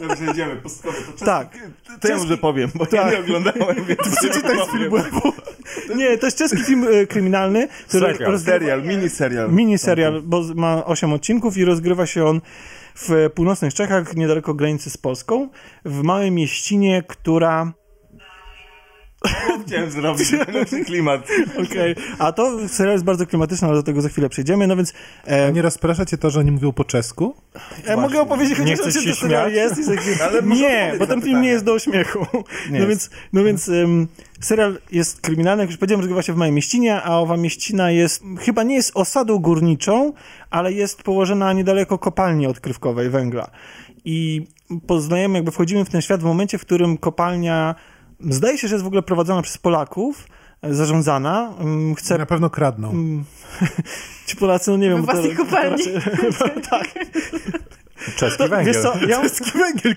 Dobrze, idziemy, pustkowie. To czas... Tak. To ja może powiem, bo ja Tak. nie oglądałem, więc (laughs) nie powiem. Nie, to jest czeski film e, kryminalny, który Serial. rozgrywa- Serial, miniserial. miniserial, bo z- ma 8 odcinków i rozgrywa się on w e, północnych Czechach, niedaleko granicy z Polską, w małej mieścinie, która... Chciałem (laughs) zrobić najlepszy klimat. Okej, a to serial jest bardzo klimatyczny, ale do tego za chwilę przejdziemy, no więc... E, Nie rozprasza cię to, że oni mówią po czesku? ja mogę opowiedzieć Nie chociaż o chcesz czym się ten serial śmiać? jest? I za chwilę- (laughs) Ale może nie, odpowiedz bo na ten film pytanie. nie jest do uśmiechu. no, jest. Więc, no więc em, serial jest kryminalny, jak już powiedziałem, rozgrywa się w małej mieścinie, a owa mieścina jest, chyba nie jest osadą górniczą, ale jest położona niedaleko kopalni odkrywkowej węgla. I poznajemy, jakby wchodzimy w ten świat w momencie, w którym kopalnia, zdaje się, że jest w ogóle prowadzona przez Polaków, e, zarządzana, em, chce Na pewno Mm. kradną. Ci Polacy, no nie wiem. We bo to- własnej kopalni. to raczej- tak. Czeski węgiel. Wiesz co, (laughs) ja,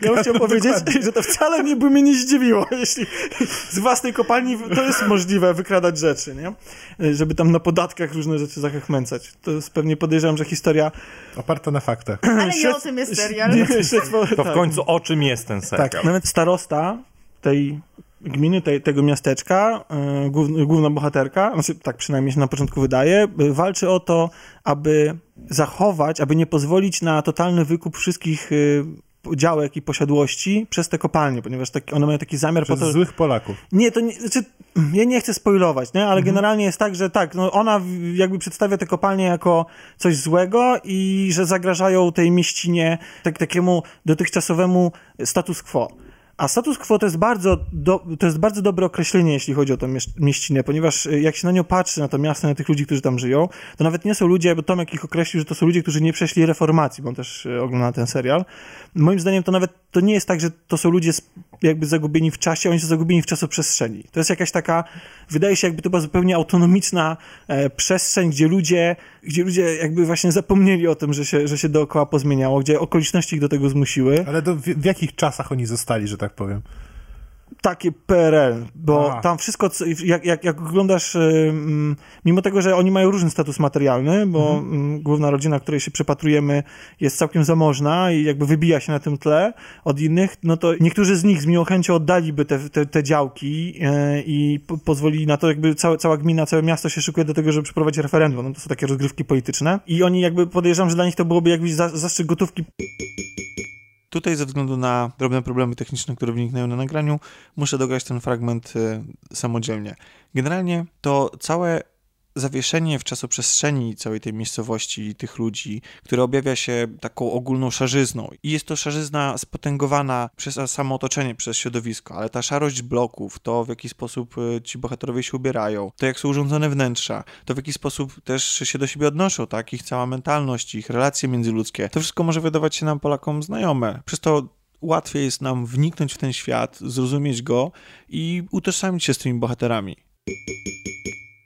ja bym chciał powiedzieć, że to wcale nie by mnie nie zdziwiło, (laughs) jeśli z własnej kopalni to jest możliwe wykradać rzeczy, nie? Żeby tam na podatkach różne rzeczy zachachmęcać. To jest pewnie podejrzewam, że historia... Oparta na (clears throat) faktach. (laughs) Ale nie o tym jest serial. Nie, (laughs) śledztwo, To w tak. końcu o czym jest ten serial? Tak, nawet starosta tej gminy, tej, tego miasteczka, y, główna, główna bohaterka, znaczy, tak przynajmniej się na początku wydaje, y, walczy o to, aby zachować, aby nie pozwolić na totalny wykup wszystkich y, działek i posiadłości przez te kopalnie, ponieważ tak, one mają taki zamiar Przez po to, złych Polaków. nie, to nie, znaczy, ja nie chcę spoilować, nie? ale generalnie jest tak, że tak, no ona w- jakby przedstawia te kopalnie jako coś złego i że zagrażają tej mieścinie tak, takiemu dotychczasowemu status quo. A status quo to jest bardzo, do, to jest bardzo dobre określenie, jeśli chodzi o tę mieś- mieścinę, ponieważ y, jak się na nią patrzy, na to miasto, na tych ludzi, którzy tam żyją, to nawet nie są ludzie, bo Tomek ich określił, że to są ludzie, którzy nie przeszli reformacji, bo on też y, ogląda ten serial. Moim zdaniem to nawet, to nie jest tak, że to są ludzie z- jakby zagubieni w czasie, oni są zagubieni w czasoprzestrzeni. To jest jakaś taka, wydaje się jakby to była zupełnie autonomiczna e, przestrzeń, gdzie ludzie, gdzie ludzie jakby właśnie zapomnieli o tym, że się, że się dookoła pozmieniało, gdzie okoliczności ich do tego zmusiły. Ale do, w, w jakich czasach oni zostali, że tak powiem? takie PRL, bo Aha. tam wszystko, co, jak, jak, jak oglądasz, ym, mimo tego, że oni mają różny status materialny, bo Mhm. ym, główna rodzina, której się przypatrujemy, jest całkiem zamożna i jakby wybija się na tym tle od innych, no to niektórzy z nich z miłą chęcią oddaliby te, te, te działki yy, i po, pozwolili na to, jakby cała, cała gmina, całe miasto się szykuje do tego, żeby przeprowadzić referendum. No to są takie rozgrywki polityczne i oni jakby, podejrzewam, że dla nich to byłoby jakiś za- zastrzyk gotówki Tutaj ze względu na drobne problemy techniczne, które wyniknęły na nagraniu, muszę dograć ten fragment y, samodzielnie. Generalnie to całe zawieszenie w czasoprzestrzeni całej tej miejscowości i tych ludzi, które objawia się taką ogólną szarzyzną. I jest to szarzyzna spotęgowana przez samo otoczenie, przez środowisko, ale ta szarość bloków, to w jaki sposób y, ci bohaterowie się ubierają, to jak są urządzone wnętrza, to w jaki sposób też się do siebie odnoszą, tak? Ich cała mentalność, ich relacje międzyludzkie. To wszystko może wydawać się nam Polakom znajome. Przez to łatwiej jest nam wniknąć w ten świat, zrozumieć go i utożsamić się z tymi bohaterami.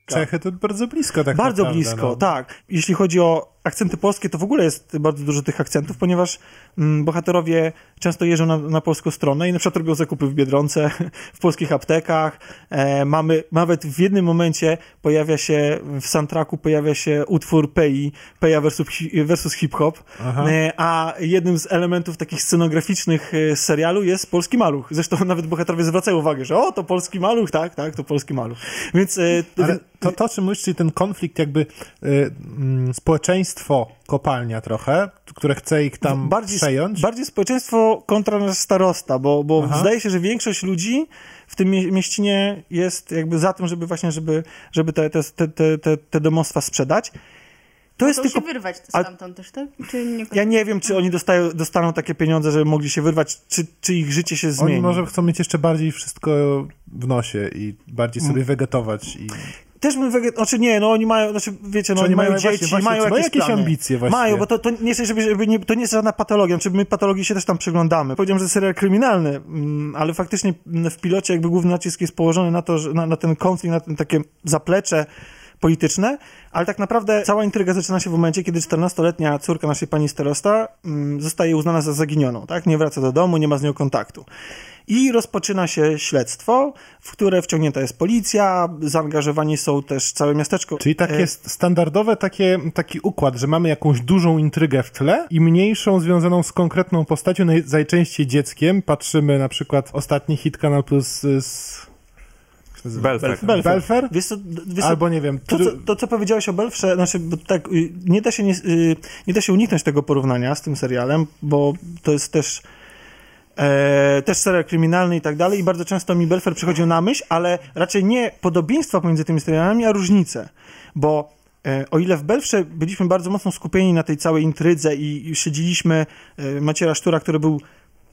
Czechy to bardzo blisko tak Bardzo naprawdę, blisko, no. tak. Jeśli chodzi o akcenty polskie, to w ogóle jest bardzo dużo tych akcentów, ponieważ mm, bohaterowie często jeżdżą na, na polską stronę i na przykład robią zakupy w Biedronce, (laughs) w polskich aptekach. E, mamy, nawet w jednym momencie pojawia się, w soundtracku pojawia się utwór Pei, Peja versus, hi- versus hip-hop, e, a jednym z elementów takich scenograficznych e, serialu jest polski maluch. Zresztą (laughs) nawet bohaterowie zwracają uwagę, że o, to polski maluch, tak, tak, to polski maluch. Więc... e, Ale to, to, o czym mówisz, czyli ten konflikt jakby y, mm, społeczeństwo kopalnia trochę, które chce ich tam bardziej, przejąć. Bardziej społeczeństwo kontra nasz starosta, bo, bo Aha. zdaje się, że większość ludzi w tym mie- mieścinie jest jakby za tym, żeby właśnie, żeby, żeby te, te, te, te- te, te domostwa sprzedać. To jest Chcą tylko... się wyrwać a- stamtąd też, tak? Czy nie... Ja nie wiem, czy oni dostają, dostaną takie pieniądze, żeby mogli się wyrwać, czy, czy ich życie się zmieni. Oni może chcą mieć jeszcze bardziej wszystko w nosie i bardziej Mm. sobie wegetować. I... Też bym wege... Znaczy nie, no oni mają, znaczy wiecie, no Czy oni mają, dzieci, właśnie- właśnie, mają czy jakieś, plany. ambicje właśnie. Mają, bo to, to, nie, żeby, żeby nie, to nie jest żadna patologia, znaczy my patologii się też tam przyglądamy. Powiedziałem, że serial kryminalny, mm, ale faktycznie mm, w pilocie jakby główny nacisk jest położony na to, że, na, na ten konflikt, na ten takie zaplecze polityczne, ale tak naprawdę cała intryga zaczyna się w momencie, kiedy 14-letnia córka naszej pani starosta mm, zostaje uznana za zaginioną, tak? Nie wraca do domu, nie ma z nią kontaktu. I rozpoczyna się śledztwo, w które wciągnięta jest policja, zaangażowani są też całe miasteczko. Czyli tak E, jest standardowe takie, taki układ, że mamy jakąś dużą intrygę w tle i mniejszą związaną z konkretną postacią, naj- najczęściej dzieckiem. Patrzymy na przykład ostatni hit Kanal Plus y, z... Belfer. Belfer. Belfer? Wiesz co, wiesz co, Albo nie wiem, to, co, to, co powiedziałeś o Belfrze, znaczy, bo tak, y, nie da, się nie, y, nie da się uniknąć tego porównania z tym serialem, bo to jest też e, też serial kryminalny i tak dalej i bardzo często mi Belfer przychodził na myśl, ale raczej nie podobieństwa pomiędzy tymi serialami, a różnice, bo e, o ile w Belfrze byliśmy bardzo mocno skupieni na tej całej intrydze i, i śledziliśmy e, Maciera Sztura, który był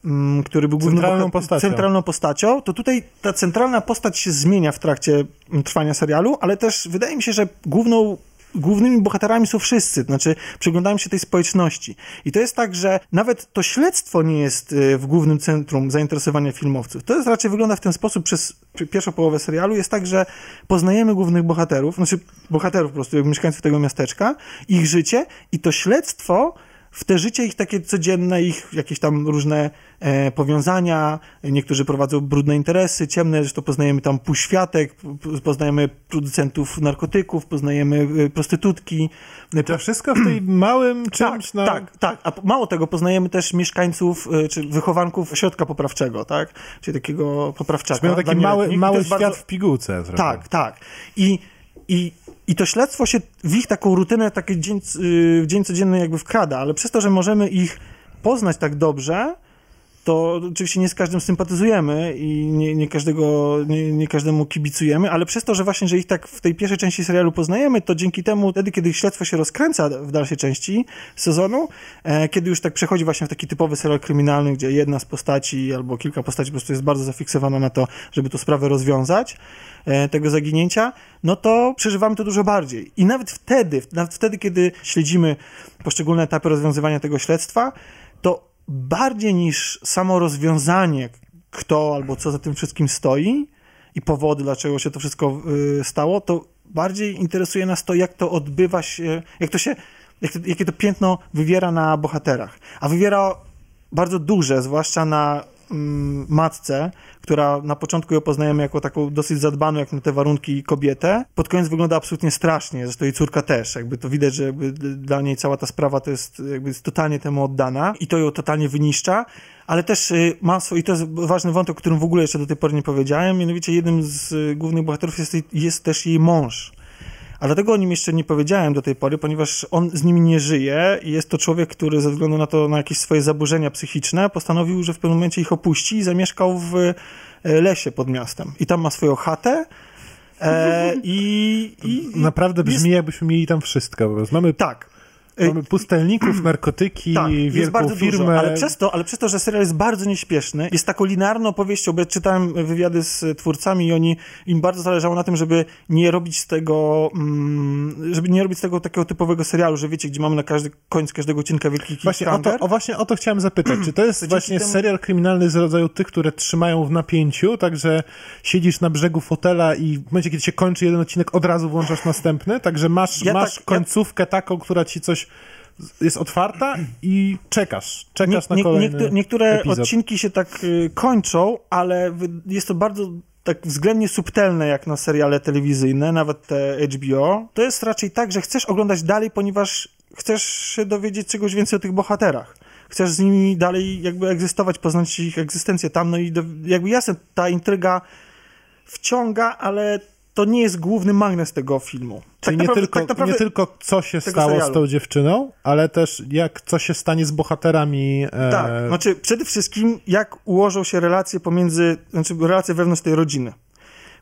mm, który był głównym Centralną bohat- postacią. centralną postacią, to tutaj ta centralna postać się zmienia w trakcie mm, trwania serialu, ale też wydaje mi się, że główną głównymi bohaterami są wszyscy, znaczy przyglądałem się tej społeczności. I to jest tak, że nawet to śledztwo nie jest y, w głównym centrum zainteresowania filmowców. To jest raczej wygląda w ten sposób przez pi- pierwszą połowę serialu, jest tak, że poznajemy głównych bohaterów, znaczy bohaterów po prostu, jak mieszkańców tego miasteczka, ich życie i to śledztwo w te życie ich takie codzienne, ich jakieś tam różne e, powiązania, niektórzy prowadzą brudne interesy, ciemne, zresztą poznajemy tam półświatek, p- p- poznajemy producentów narkotyków, poznajemy e, prostytutki. to wszystko (clears throat) w tej małym czymś, tak, no... tak, tak, a po- mało tego, poznajemy też mieszkańców, e, czy wychowanków ośrodka poprawczego, tak, czyli takiego poprawczaka. Miał taki dla mały, nieletnich. I to mały jest świat bardzo- w pigułce. Trochę. tak, tak. I, i, I to śledztwo się w ich taką rutynę, taki dzień, c- y, dzień codzienny jakby wkrada, ale przez to, że możemy ich poznać tak dobrze, to oczywiście nie z każdym sympatyzujemy i nie, nie, każdego, nie, nie każdemu kibicujemy, ale przez to, że właśnie, że ich tak w tej pierwszej części serialu poznajemy, to dzięki temu, wtedy, kiedy ich śledztwo się rozkręca w dalszej części sezonu, e, kiedy już tak przechodzi właśnie w taki typowy serial kryminalny, gdzie jedna z postaci albo kilka postaci po prostu jest bardzo zafiksowana na to, żeby tą sprawę rozwiązać, e, tego zaginięcia, no to przeżywamy to dużo bardziej. I nawet wtedy, nawet wtedy, kiedy śledzimy poszczególne etapy rozwiązywania tego śledztwa, to bardziej niż samo rozwiązanie, kto albo co za tym wszystkim stoi i powody, dlaczego się to wszystko y, stało, to bardziej interesuje nas to, jak to odbywa się, jak to się, jak to, jakie to piętno wywiera na bohaterach. A wywiera bardzo duże, zwłaszcza na mm, matce, która na początku ją poznajemy jako taką dosyć zadbaną jak na te warunki kobietę. Pod koniec wygląda absolutnie strasznie, zresztą jej córka też, jakby to widać, że jakby dla niej cała ta sprawa to jest jakby jest totalnie temu oddana i to ją totalnie wyniszcza, ale też y, ma swój, i to jest ważny wątek, o którym w ogóle jeszcze do tej pory nie powiedziałem, mianowicie jednym z y, głównych bohaterów jest, jej- jest też jej mąż. A dlatego o nim jeszcze nie powiedziałem do tej pory, ponieważ on z nimi nie żyje i jest to człowiek, który ze względu na to, na jakieś swoje zaburzenia psychiczne, postanowił, że w pewnym momencie ich opuści i zamieszkał w e, lesie pod miastem. I tam ma swoją chatę e, i, i... Naprawdę brzmi, jakbyśmy mieli tam wszystko. Po prostu. Mamy, Tak. E, mamy pustelników, narkotyki, tak, wielką jest bardzo firmę. dużo, ale przez, to, ale przez to, że serial jest bardzo nieśpieszny, jest taką linearną opowieścią, bo ja czytałem wywiady z twórcami i oni, im bardzo zależało na tym, żeby nie robić z tego, mm, żeby nie robić z tego takiego typowego serialu, że wiecie, gdzie mamy na każdy, koniec każdego odcinka wielki Właśnie o, to, cliffhanger. o właśnie o to chciałem zapytać. Czy to jest właśnie temu- serial kryminalny z rodzaju tych, które trzymają w napięciu, także siedzisz na brzegu fotela i w momencie, kiedy się kończy jeden odcinek, od razu włączasz następny? Także masz, Ja masz tak- ja- końcówkę taką, która ci coś z- jest otwarta i czekasz. Nie, Czekasz nie, na kolejny niektóre- niektóre epizod. odcinki się tak y, kończą, ale wy- jest to bardzo tak względnie subtelne jak na seriale telewizyjne, nawet te HBO. To jest raczej tak, że chcesz oglądać dalej, ponieważ chcesz się dowiedzieć czegoś więcej o tych bohaterach. Chcesz z nimi dalej jakby egzystować, poznać ich egzystencję tam, no i do, jakby jasne, ta intryga wciąga, ale to nie jest główny magnes tego filmu. Tak Czyli nie, tylko, nie tylko co się tego stało serialu. z tą dziewczyną, ale też jak co się stanie z bohaterami. E, Tak, znaczy przede wszystkim jak ułożą się relacje pomiędzy, znaczy relacje wewnątrz tej rodziny.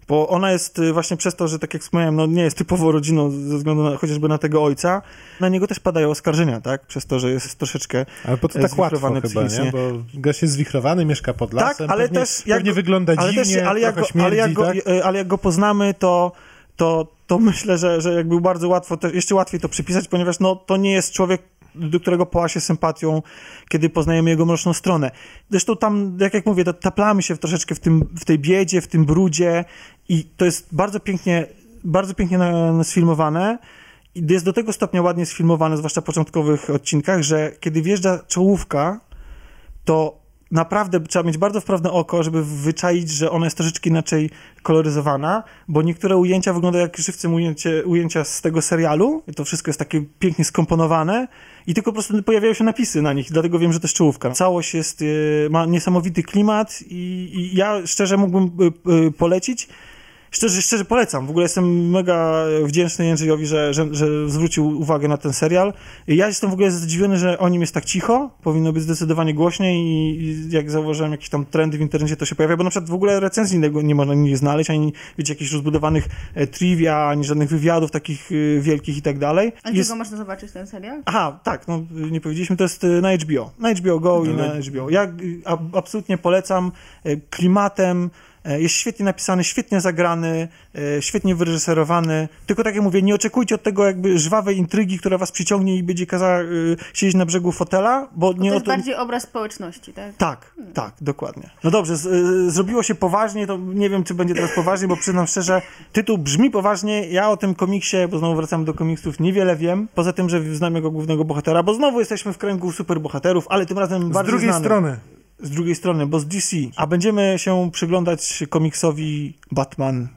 Bo ona jest y, właśnie przez to, że tak jak wspomniałem, no nie jest typowo rodziną ze względu na, chociażby na tego ojca, na niego też padają oskarżenia, tak? Przez to, że jest troszeczkę Ale po to e, tak łatwo zwichrowany chyba, nie? psychicznie. Bo gość jest zwichrowany, mieszka pod Tak, lasem, ale pewnie, też jak- pewnie wygląda ale dziwnie, też, ale jak, go, trochę śmierdzi, ale, jak go, tak? e, ale jak go poznamy, to, to, to myślę, że, że jakby bardzo łatwo, też jeszcze łatwiej to przypisać, ponieważ no, to nie jest człowiek, do którego pała się sympatią, kiedy poznajemy jego mroczną stronę. Zresztą tam, jak, jak mówię, to taplamy się w, troszeczkę w, tym, w tej biedzie, w tym brudzie i to jest bardzo pięknie, bardzo pięknie na- na- sfilmowane. I jest do tego stopnia ładnie sfilmowane, zwłaszcza w początkowych odcinkach, że kiedy wjeżdża czołówka, to naprawdę trzeba mieć bardzo wprawne oko, żeby wyczaić, że ona jest troszeczkę inaczej koloryzowana, bo niektóre ujęcia wyglądają jak żywcem ujęcie, ujęcia z tego serialu. I To wszystko jest takie pięknie skomponowane i tylko po prostu pojawiają się napisy na nich, dlatego wiem, że to jest czołówka. Całość jest, y, ma niesamowity klimat i, i ja szczerze mógłbym y, y, polecić. Szczerze, szczerze polecam. W ogóle jestem mega wdzięczny Jędrzejowi, że, że, że zwrócił uwagę na ten serial. Ja jestem w ogóle zdziwiony, że o nim jest tak cicho. Powinno być zdecydowanie głośniej i, i jak zauważyłem jakieś tam trendy w internecie, to się pojawia, bo na przykład w ogóle recenzji tego nie można nigdzie znaleźć, ani wiecie, jakichś rozbudowanych e, trivia, ani żadnych wywiadów takich e, wielkich i tak dalej. Ale Jest- tylko można zobaczyć ten serial? Aha, tak, no nie powiedzieliśmy, to jest y, na HBO. Na HBO Go i na HBO. Ja y, a, absolutnie polecam y, klimatem. y, Jest świetnie napisany, świetnie zagrany, y, świetnie wyreżyserowany. Tylko tak jak mówię, nie oczekujcie od tego jakby żwawej intrygi, która was przyciągnie i będzie kazała y, siedzieć na brzegu fotela, bo To nie o jest to... bardziej obraz społeczności, tak? Tak, tak, dokładnie. No dobrze, z, y, zrobiło się poważnie, to nie wiem, czy będzie teraz poważnie, bo przyznam szczerze, tytuł brzmi poważnie. Ja o tym komiksie, bo znowu wracamy do komiksów, niewiele wiem. Poza tym, że znam jego głównego bohatera, bo znowu jesteśmy w kręgu superbohaterów, ale tym razem Z bardziej drugiej znanym. strony, Z drugiej strony, bo z DC. A będziemy się przyglądać komiksowi Batman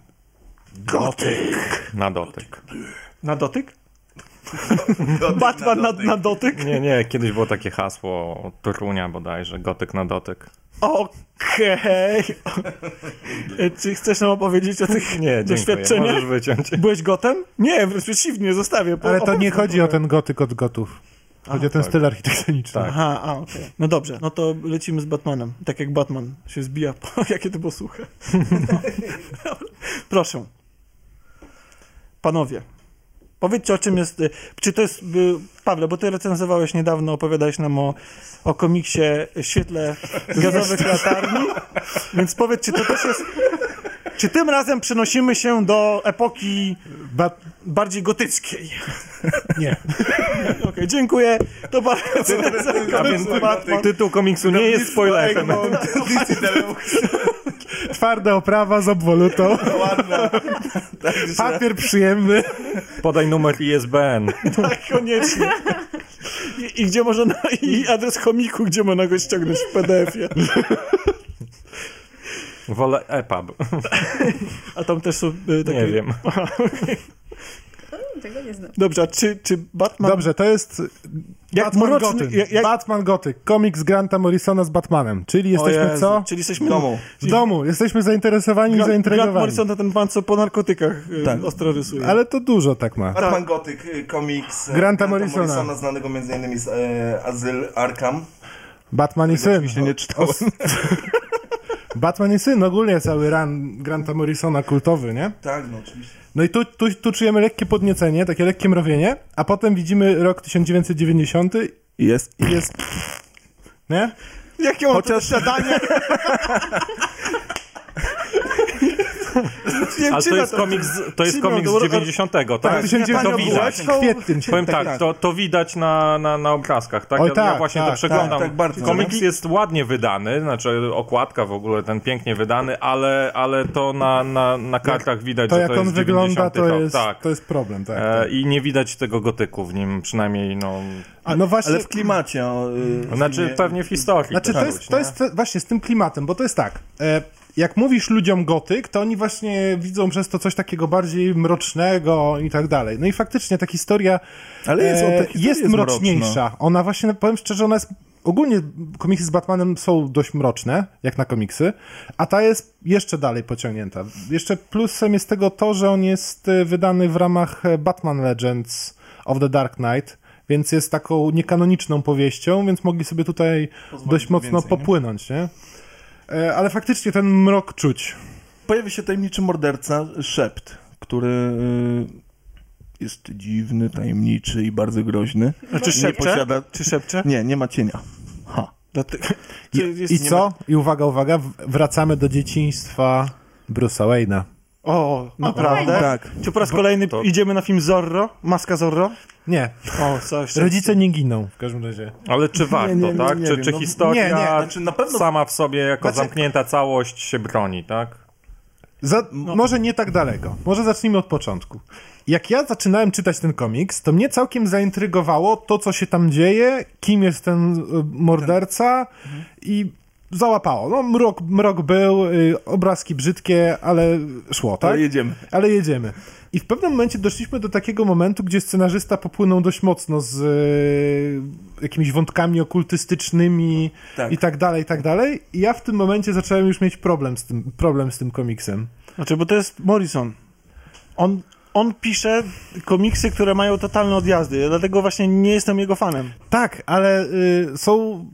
Na dotyk. na dotyk? Batman na, na dotyk? Nie, nie, kiedyś było takie hasło od Torunia bodajże, gotyk na dotyk. Okej. E, Czy chcesz nam opowiedzieć o tych Nie, dziękuję, doświadczeniach? możesz wyciąć. Byłeś gotem? Nie, wręcz przeciwnie, zostawię. po- ale to nie opowiem. chodzi o ten gotyk od gotów. Chodzi o ten tak. styl architektoniczny. Aha, a, okej. No dobrze, no to lecimy z Batmanem. Tak jak Batman się zbija. po- (laughs) Jakie to było suche. No. Proszę. Panowie, powiedzcie o czym jest... y, Czy to jest... y, Pawle, bo ty recenzowałeś niedawno, opowiadałeś nam o, o komiksie Świetle Gazowych Latarni, więc powiedz, czy to też jest... Czy tym razem przenosimy się do epoki Bat... bardziej gotyckiej? Nie. (laughs) Okej, dziękuję. To bardzo... A więc Batman. tytuł komiksu nie jest spoilerem. (laughs) Twarda oprawa (laughs) z obwolutą. Tak, Papier przyjemny. Podaj numer ISBN. Tak, koniecznie. I, I gdzie można. Na, I adres chomiku, gdzie można go ściągnąć w PDF-ie. Wolę E (laughs) EPUB. A tam też są y, takie. Nie wiem. No, Tego nie znam. Dobrze, a czy, czy Batman. Dobrze, to jest jak Batman mroczny. Gothic. jak, jak, Batman Gothic. Komiks Granta Morrisona z Batmanem. Czyli O jesteśmy Jezu, co? Czyli jesteśmy. Domu. W domu. Jesteśmy zainteresowani i Grant, Grant zaintrygowani. Morrison to ten pan, co po narkotykach y, Tak. ostro rysuje. Ale to dużo tak ma. Batman Gothic, y, komiks y, Granta Morrisona. znanego m.in. z e, Azyl Arkham. Batman i syn. Oczywiście nie czytałem. Batman i syn, ogólnie cały run Granta Morrisona kultowy, nie? Tak, no oczywiście. No i tu, tu, tu czujemy lekkie podniecenie, takie lekkie mrowienie, a potem widzimy rok 1990 Jest. i jest... Nie? Jakie on Chociaż nie Ale wiem, to czy jest to. komiks, z- to jest Czy komiks na z to- 90, Tak, tak? To 1990 widać. był kwiecień. Powiem Tak, tak, tak. To, to widać na, na, na obrazkach, tak? Oj, ja, tak, ja właśnie tak, to przeglądam. tak, tak, bardzo. Komiks jest ładnie wydany, znaczy okładka w ogóle, ten pięknie wydany, ale, ale to na, na, na kartach widać, To że jak to on jest wygląda, 90 to rok, jest, tak. to jest problem, tak. E, I nie widać tego gotyku w nim, przynajmniej no... A, no właśnie, Ale w klimacie. O, y, Znaczy filmie. pewnie w historii. znaczy też to jest, czuć, to nie? jest właśnie z tym klimatem, bo to jest tak, e, jak mówisz ludziom gotyk, to oni właśnie widzą przez to coś takiego bardziej mrocznego i tak dalej. No i faktycznie ta historia Ale jest, on, E, ta historia jest no. mroczniejsza. Ona właśnie, powiem szczerze, ona jest. Ogólnie komiksy z Batmanem są dość mroczne, jak na komiksy, a ta jest jeszcze dalej pociągnięta. Jeszcze plusem jest tego to, że on jest e, wydany w ramach e, Batman Legends of the Dark Knight, więc jest taką niekanoniczną powieścią, więc mogli sobie tutaj dość na mocno więcej, nie? popłynąć, nie? E, Ale faktycznie ten mrok czuć. Pojawia się tajemniczy morderca, Szept, który y, jest dziwny, tajemniczy i bardzo groźny. Czy szepcze? posiada- Czy szepcze? Nie, nie ma cienia. Ha. Dlatego- I, Czy jest- i nie co? I uwaga, uwaga, w- wracamy do dzieciństwa Bruce'a Wayne'a. ma- O, naprawdę? Tak. Czy po raz kolejny idziemy na film Zorro? Maska Zorro? Nie, O, coś. rodzice nie giną w każdym razie. Ale czy warto, nie, nie, tak? nie czy wiem, czy no. historia Nie, nie, znaczy na pewno- sama w sobie jako Znaczy- zamknięta całość się broni, tak? Za, Może nie tak daleko. Może zacznijmy od początku. Jak ja zaczynałem czytać ten komiks, to mnie całkiem zaintrygowało to, co się tam dzieje, kim jest ten y, morderca i załapało. No, mrok, mrok był, y, obrazki brzydkie, ale szło, tak? Ale jedziemy. Ale jedziemy. I w pewnym momencie doszliśmy do takiego momentu, gdzie scenarzysta popłynął dość mocno z e, jakimiś wątkami okultystycznymi Tak. i tak dalej, i tak dalej. I ja w tym momencie zacząłem już mieć problem z tym, problem z tym komiksem. Znaczy, bo to jest Morrison. On, on pisze komiksy, które mają totalne odjazdy, ja dlatego właśnie nie jestem jego fanem. Tak, ale y, są...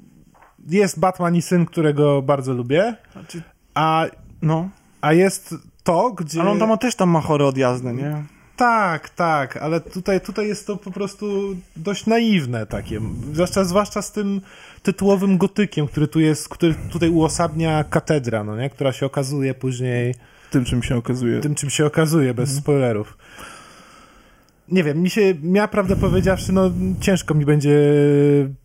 Jest Batman i Syn, którego bardzo lubię, Znaczy, a, no, a jest to, gdzie... ale on tam ma, też tam ma chore odjazdy, nie? Tak, tak, ale tutaj, tutaj jest to po prostu dość naiwne takie. Zwłaszcza, zwłaszcza z tym tytułowym gotykiem, który tu jest, który tutaj uosabnia katedra, no nie? która się okazuje później Tym, czym się okazuje. tym, czym się okazuje, bez Mhm. spoilerów. Nie wiem, mi się, ja prawdę powiedziawszy, no ciężko mi będzie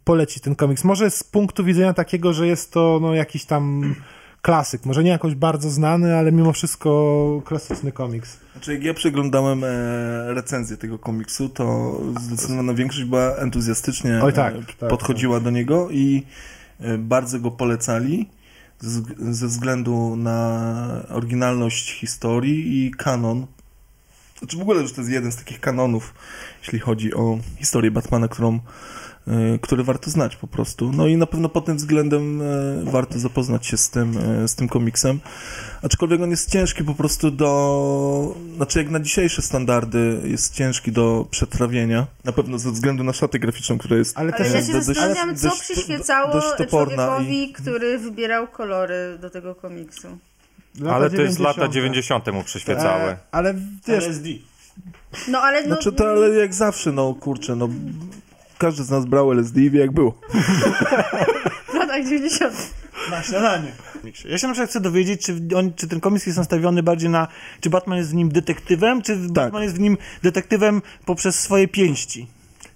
polecić ten komiks. Może z punktu widzenia takiego, że jest to no, jakiś tam klasyk, może nie jakoś bardzo znany, ale mimo wszystko klasyczny komiks. Znaczy, jak ja przeglądałem e, recenzję tego komiksu, to zdecydowana większość była entuzjastycznie Oj, tak, e, tak, podchodziła do niego i e, bardzo go polecali z, ze względu na oryginalność historii i kanon. Znaczy w ogóle już to jest jeden z takich kanonów, jeśli chodzi o historię Batmana, którą e, które warto znać po prostu. No i na pewno pod tym względem e, warto zapoznać się z tym, e, z tym komiksem. Aczkolwiek on jest ciężki po prostu do. Znaczy, jak na dzisiejsze standardy, jest ciężki do przetrawienia. Na pewno ze względu na szatę graficzną, która jest. Ale Ale też ja jest się dość- zastanawiam, co dość- przyświecało dość toporna człowiekowi, i- który wybierał kolory do tego komiksu. lata Ale to jest 90. lata 90. mu przyświecały. No E, ale wiesz, No ale no, Znaczy, to ale jak zawsze, no kurczę, no. Każdy z nas brał LSD i wie jak było. w latach 90. Na śniadanie. Ja się na przykład chcę dowiedzieć, czy, on, czy ten komiks jest nastawiony bardziej na, czy Batman jest w nim detektywem, czy Tak. Batman jest w nim detektywem poprzez swoje pięści.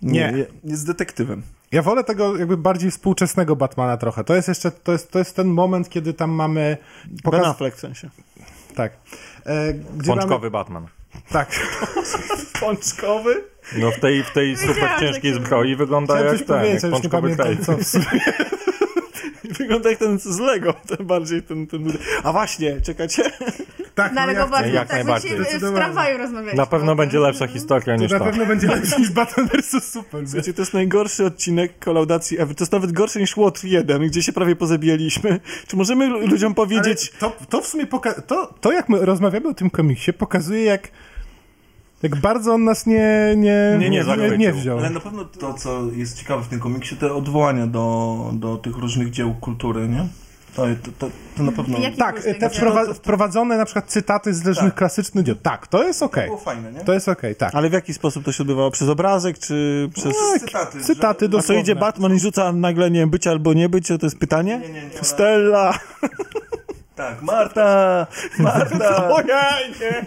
Nie. nie jest detektywem. Ja wolę tego jakby bardziej współczesnego Batmana trochę. To jest jeszcze, to jest, to jest ten moment, kiedy tam mamy Ben pokaz... Affleck w sensie. Tak. E, gdzie mamy... Pączkowy Batman. Tak. Pączkowy? No w tej, w tej super ciężkiej zbroi wygląda Chciałem jak coś ten, jak powiedzieć, ale już nie tak, pączkowy pamiętam kraj. co w sumie. Wygląda jak ten z Lego, (laughs) ten bardziej ten, ten... A właśnie, czekacie? Tak, No ale go ja bardziej jak tak, my najbardziej. się w- w Zdecydowanie. tramwaju rozmawialiśmy. No. Na pewno o tym. będzie lepsza historia niż to na ta. pewno będzie lepszy niż Batman vs. Super. Słuchajcie, to jest najgorszy odcinek kolaudacji ever. To jest nawet gorszy niż Łotr 1, gdzie się prawie pozabijaliśmy. Czy możemy lu- ludziom Ale powiedzieć... to, to w sumie poka- to, to jak my rozmawiamy o tym komiksie pokazuje jak jak bardzo on nas nie nie, Nie, nie nie, zachwycił. wziął. Ale no- na pewno to, co jest ciekawe w tym komiksie, te odwołania do, do tych różnych dzieł kultury, nie? To, to, to, to na pewno Jakie Tak, różne te gwiazdy? wprowa- wprowadzone na przykład cytaty z różnych klasycznych dzieł. Tak, to jest okej. było fajne, nie? To jest okej, tak. Ale w jaki sposób to się odbywało? Przez obrazek, czy przez... cytaty. Cytaty A co dosłowne. idzie Batman i rzuca nagle, nie wiem, być albo nie być, to jest pytanie? Nie, nie, nie, ona- Stella! Tak, Marta! Marta! Ojej, nie!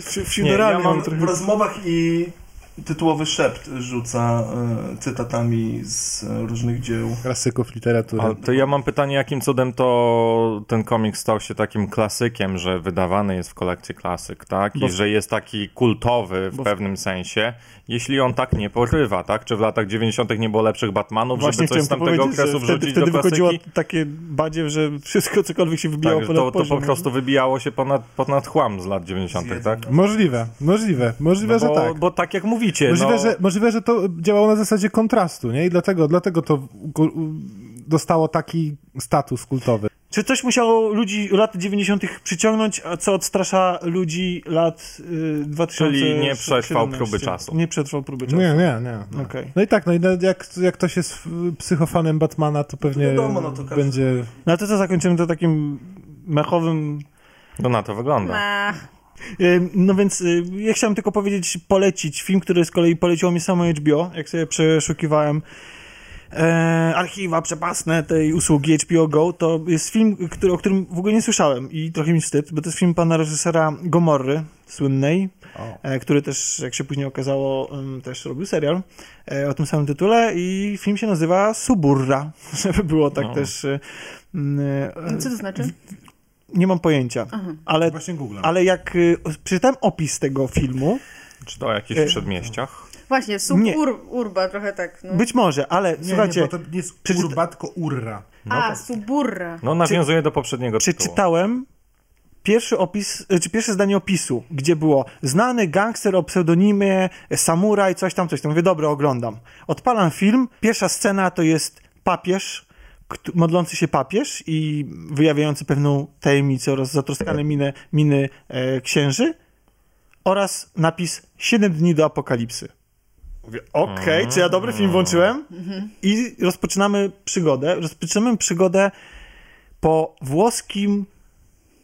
W, w Nie, ja funeralnym mam- W rozmowach i tytułowy szept rzuca e, cytatami z e, różnych dzieł. Klasyków literatury. Ale to ja mam pytanie, jakim cudem to ten komik stał się takim klasykiem, że wydawany jest w kolekcji klasyk, tak? I że jest taki kultowy w pewnym sensie, jeśli on tak nie porywa, tak? Czy w latach 90. nie było lepszych Batmanów, Właśnie żeby coś chciałem z to tamtego powiedzieć, okresu że wtedy, wrzucić wtedy do wychodziło klasyki? takie badziew, że wszystko cokolwiek się wybijało Tak, że ponad to, to po poziom. no. prostu wybijało się ponad, ponad chłam z lat 90., tak? Możliwe, możliwe, możliwe, No że bo, tak. bo tak jak mówicie, Możliwe, no, że, możliwe, że to działało na zasadzie kontrastu, nie? I dlatego, dlatego to u- u- dostało taki status kultowy. Czy coś musiało ludzi lat 90. przyciągnąć, a co odstrasza ludzi lat y, 2000? Czyli nie przetrwał próby czasu. Nie przetrwał próby czasu. Nie, nie, nie. No, Okej. no i tak, no i na- jak, jak ktoś jest f- psychofanem Batmana, to pewnie wiadomo, no to każdy- będzie... No to co zakończymy to takim mechowym no na to wygląda. Ma. Ym, No więc y, ja chciałem tylko powiedzieć, polecić film, który z kolei poleciło mi samo HBO, jak sobie przeszukiwałem e, archiwa przepasne tej usługi HBO Go, to jest film, który, o którym w ogóle nie słyszałem i trochę mi wstyd, bo to jest film pana reżysera Gomorry, słynnej, e, który też, jak się później okazało, ym, też robił serial e, o tym samym tytule i film się nazywa Suburra, (laughs) żeby było tak No. też... e, mm, e, Co to znaczy? Nie mam pojęcia, ale Właśnie Google. ale jak y, przeczytałem opis tego filmu, Czy to o jakichś E, przedmieściach? Właśnie, Nie. suburba, trochę tak. No. być może, ale słuchajcie, nie jest przeczyta- tylko urra. A, tak. suburra. No nawiązuje do poprzedniego tytułu. przeczytałem pierwszy opis, y, czy pierwsze zdanie opisu, gdzie było znany gangster o pseudonimie samuraj, coś tam, coś tam. Mówię, dobra, oglądam. Odpalam film, pierwsza scena to jest papież, kt- modlący się papież i wyjawiający pewną tajemnicę oraz zatroskane miny, miny e, księży oraz napis 7 dni do apokalipsy. Mówię, okej, czy ja dobry Mm. film włączyłem? I rozpoczynamy przygodę. Rozpoczynamy przygodę po włoskim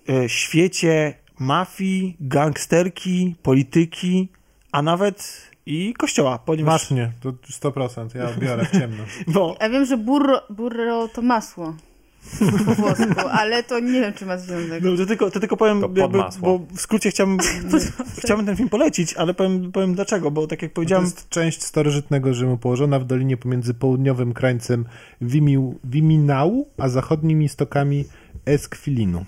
e, świecie mafii, gangsterki, polityki, a nawet i kościoła, ponieważ... Masz mnie, to 100%, ja biorę w ciemno. Bo, Ja wiem, że burro, burro to masło (laughs) po włosku, ale to nie wiem, czy ma związek. no, to, tylko, to tylko powiem, To pod jakby, masło. bo w skrócie chciałbym, chciałbym ten film polecić, ale powiem, powiem dlaczego, bo tak jak To No powiedziałem... jest część starożytnego Rzymu położona w dolinie pomiędzy południowym krańcem Wimił, Wiminału, a zachodnimi stokami Esquilinu.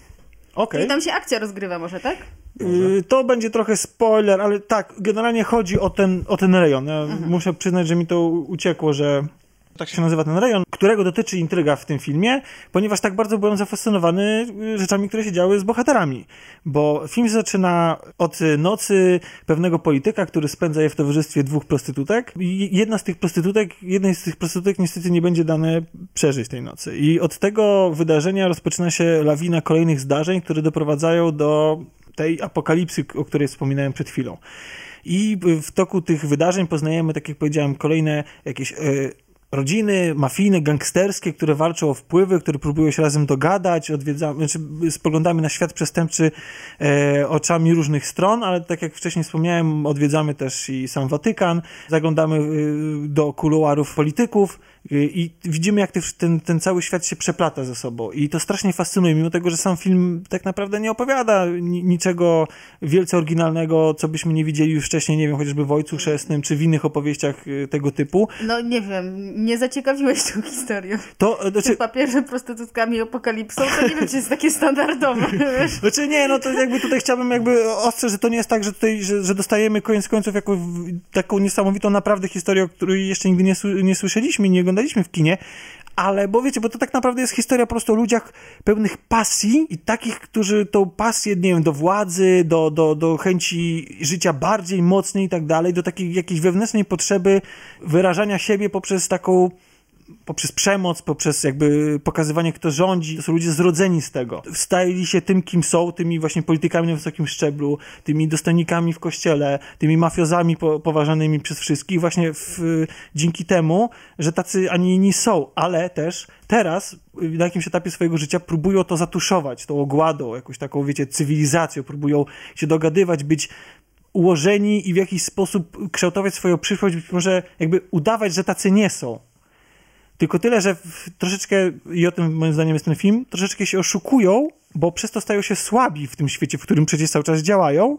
Okej. I tam się akcja rozgrywa może, tak? Y, To będzie trochę spoiler, ale tak, generalnie chodzi o ten, o ten rejon. Ja muszę przyznać, że mi to u- uciekło, że tak się nazywa ten rejon, którego dotyczy intryga w tym filmie, ponieważ tak bardzo byłem zafascynowany y, rzeczami, które się działy z bohaterami. Bo film się zaczyna od y, nocy pewnego polityka, który spędza je w towarzystwie dwóch prostytutek. I jedna z tych prostytutek, jednej z tych prostytutek niestety nie będzie dane przeżyć tej nocy. I od tego wydarzenia rozpoczyna się lawina kolejnych zdarzeń, które doprowadzają do tej apokalipsy, k- o której wspominałem przed chwilą. I w toku tych wydarzeń poznajemy, tak jak powiedziałem, kolejne jakieś e, rodziny mafijne, gangsterskie, które walczą o wpływy, które próbują się razem dogadać, odwiedzamy, znaczy spoglądamy na świat przestępczy e, oczami różnych stron, ale tak jak wcześniej wspomniałem, odwiedzamy też i sam Watykan, zaglądamy e, do kuluarów polityków e, i widzimy, jak te wsz- ten, ten cały świat się przeplata ze sobą i to strasznie fascynuje, mimo tego, że sam film tak naprawdę nie opowiada ni- niczego wielce oryginalnego, co byśmy nie widzieli już wcześniej, nie wiem, chociażby w Ojcu Chrzestnym, czy w innych opowieściach e, tego typu, No nie wiem, nie zaciekawiłeś tą historią. to e, Czy znaczy, papierze prostytutkami i apokalipsą, to nie wiem, czy jest takie (laughs) standardowe, wiesz. Znaczy nie, no to jakby tutaj chciałbym jakby ostrzec, że to nie jest tak, że tutaj, że, że dostajemy koniec końców jako w, taką niesamowitą naprawdę historię, o której jeszcze nigdy nie, sły- nie słyszeliśmy, nie oglądaliśmy w kinie, ale bo wiecie, bo to tak naprawdę jest historia po prostu o ludziach pełnych pasji i takich, którzy tą pasję, nie wiem, do władzy, do, do, do chęci życia bardziej mocnej i tak dalej, do takiej jakiejś wewnętrznej potrzeby wyrażania siebie poprzez taką poprzez przemoc, poprzez jakby pokazywanie, kto rządzi. To są ludzie zrodzeni z tego. Stali się tym, kim są, tymi właśnie politykami na wysokim szczeblu, tymi dostojnikami w kościele, tymi mafiozami po, poważanymi przez wszystkich właśnie w, dzięki temu, że tacy, a nie inni są, ale też teraz y, na jakimś etapie swojego życia próbują to zatuszować, tą ogładą, jakąś taką, wiecie, cywilizacją, próbują się dogadywać, być ułożeni i w jakiś sposób kształtować swoją przyszłość, być może jakby udawać, że tacy nie są. Tylko tyle, że w, troszeczkę, i o tym moim zdaniem jest ten film, troszeczkę się oszukują, bo przez to stają się słabi w tym świecie, w którym przecież cały czas działają.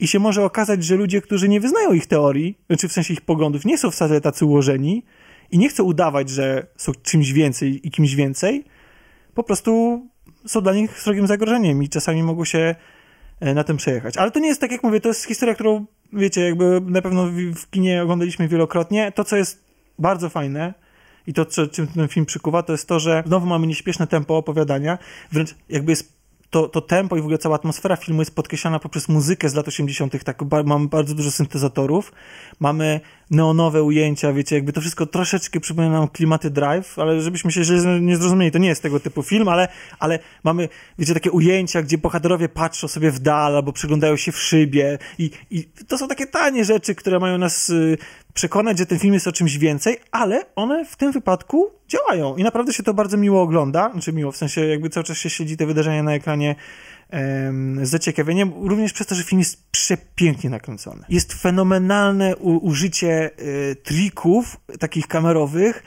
I się może okazać, że ludzie, którzy nie wyznają ich teorii, czy w sensie ich poglądów, nie są wcale tacy ułożeni i nie chcą udawać, że są czymś więcej i kimś więcej, po prostu są dla nich srogim zagrożeniem i czasami mogą się e, na tym przejechać. Ale to nie jest tak, jak mówię, to jest historia, którą, wiecie, jakby na pewno w- w kinie oglądaliśmy wielokrotnie. To, co jest bardzo fajne, i to, co, czym ten film przykuwa, to jest to, że znowu mamy nieśpieszne tempo opowiadania, wręcz jakby jest to, to tempo i w ogóle cała atmosfera filmu jest podkreślana poprzez muzykę z lat 80. Tak, ba, mamy bardzo dużo syntezatorów, mamy neonowe ujęcia, wiecie, jakby to wszystko troszeczkę przypomina nam klimaty Drive, ale żebyśmy się źle nie zrozumieli, to nie jest tego typu film, ale, ale mamy, wiecie, takie ujęcia, gdzie bohaterowie patrzą sobie w dal albo przyglądają się w szybie i, i to są takie tanie rzeczy, które mają nas y, przekonać, że ten film jest o czymś więcej, ale one w tym wypadku działają i naprawdę się to bardzo miło ogląda, znaczy miło, w sensie jakby cały czas się śledzi te wydarzenia na ekranie em, z zaciekawieniem, również przez to, że film jest przepięknie nakręcony. Jest fenomenalne u, użycie y, trików takich kamerowych,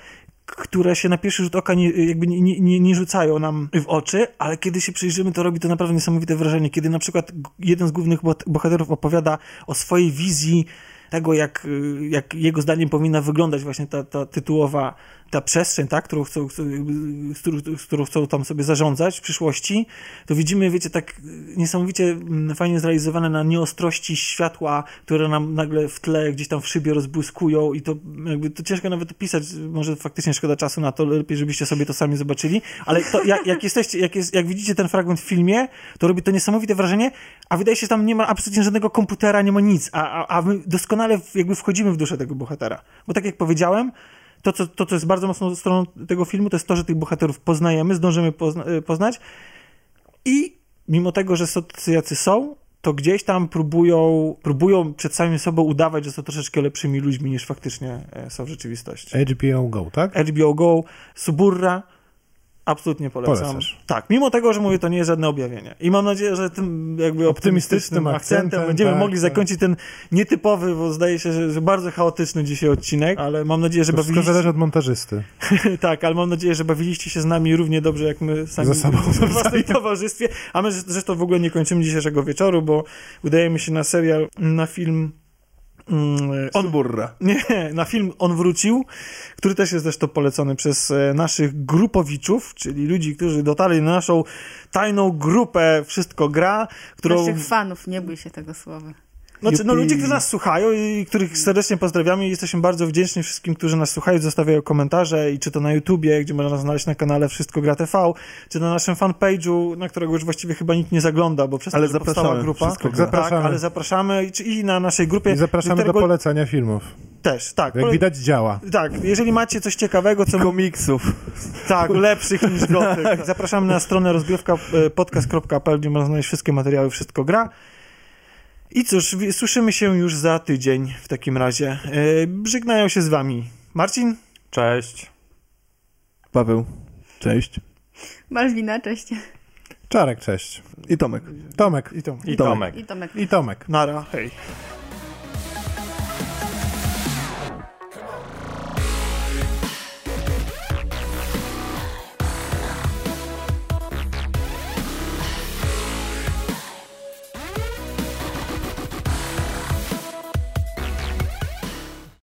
które się na pierwszy rzut oka nie, jakby nie, nie- nie, nie rzucają nam w oczy, ale kiedy się przyjrzymy, to robi to naprawdę niesamowite wrażenie. Kiedy na przykład g- jeden z głównych bohat- bohaterów opowiada o swojej wizji tego, jak, y, jak jego zdaniem powinna wyglądać właśnie ta, ta tytułowa ta przestrzeń, tak, którą chcą, chcą, jakby, z, którą, z którą chcą tam sobie zarządzać w przyszłości, to widzimy, wiecie, tak y, niesamowicie mm, fajnie zrealizowane na nieostrości światła, które nam nagle w tle gdzieś tam w szybie rozbłyskują i to jakby to ciężko nawet opisać, może faktycznie szkoda czasu na to, lepiej żebyście sobie to sami zobaczyli, ale to jak, jak jesteście, jak, jest, jak widzicie ten fragment w filmie, to robi to niesamowite wrażenie, a wydaje się, że tam nie ma absolutnie żadnego komputera, nie ma nic, a, a, a my doskonale w- jakby wchodzimy w duszę tego bohatera, bo tak jak powiedziałem, to co, to, co jest bardzo mocną stroną tego filmu, to jest to, że tych bohaterów poznajemy, zdążymy pozna y, poznać i mimo tego, że są tacy, jacy są, to gdzieś tam próbują, próbują przed samym sobą udawać, że są troszeczkę lepszymi ludźmi niż faktycznie e, są w rzeczywistości. HBO Go, tak? HBO Go, Suburra, absolutnie polecam. Polecasz. Tak, mimo tego, że mówię, to nie jest żadne objawienie. I mam nadzieję, że tym jakby optymistycznym, Optymistycznym akcentem, akcentem, będziemy tak, mogli tak. zakończyć ten nietypowy, bo zdaje się, że, że bardzo chaotyczny dzisiaj odcinek, ale mam nadzieję, że To wszystko bawiliście... zależy od montażysty. (laughs) Tak, ale mam nadzieję, że bawiliście się z nami równie dobrze, jak my sami Ze sobą w własnym towarzystwie. A my zresztą w ogóle nie kończymy dzisiejszego wieczoru, bo udajemy się na serial, na film... mm, On, Odburra. nie, na film On Wrócił, który też jest zresztą polecony przez e, naszych grupowiczów, czyli ludzi, którzy dotarli na naszą tajną grupę Wszystko Gra, którą... Naszych fanów, nie bój się tego słowa. Znaczy, no Jupi. ludzie, którzy nas słuchają i których serdecznie pozdrawiamy i jesteśmy bardzo wdzięczni wszystkim, którzy nas słuchają, zostawiają komentarze i czy to na YouTubie, gdzie można nas znaleźć na kanale Wszystko Gra TV, czy na naszym fanpage'u, na którego już właściwie chyba nikt nie zagląda, bo przez Ale to, że powstała zapraszamy, grupa. Wszystko Tak, Gra. Zapraszamy. ale zapraszamy i, czy- i na naszej grupie. I zapraszamy do do którego polecania filmów. też, tak. Jak pole- widać działa. Tak, jeżeli macie coś ciekawego, co Komiksów. tak, lepszych niż gotyk. Tak. Zapraszamy na stronę e, rozgrywka.podcast.pl, gdzie można znaleźć wszystkie materiały, wszystko gra. I cóż, wi- słyszymy się już za tydzień w takim razie. Yy, żegnają się z wami Marcin, Cześć. Paweł. Cześć. Malwina, cześć. Czarek, cześć. I Tomek. Tomek. i Tomek. I Tomek. Tomek. I Tomek. I Tomek. Nara, hej.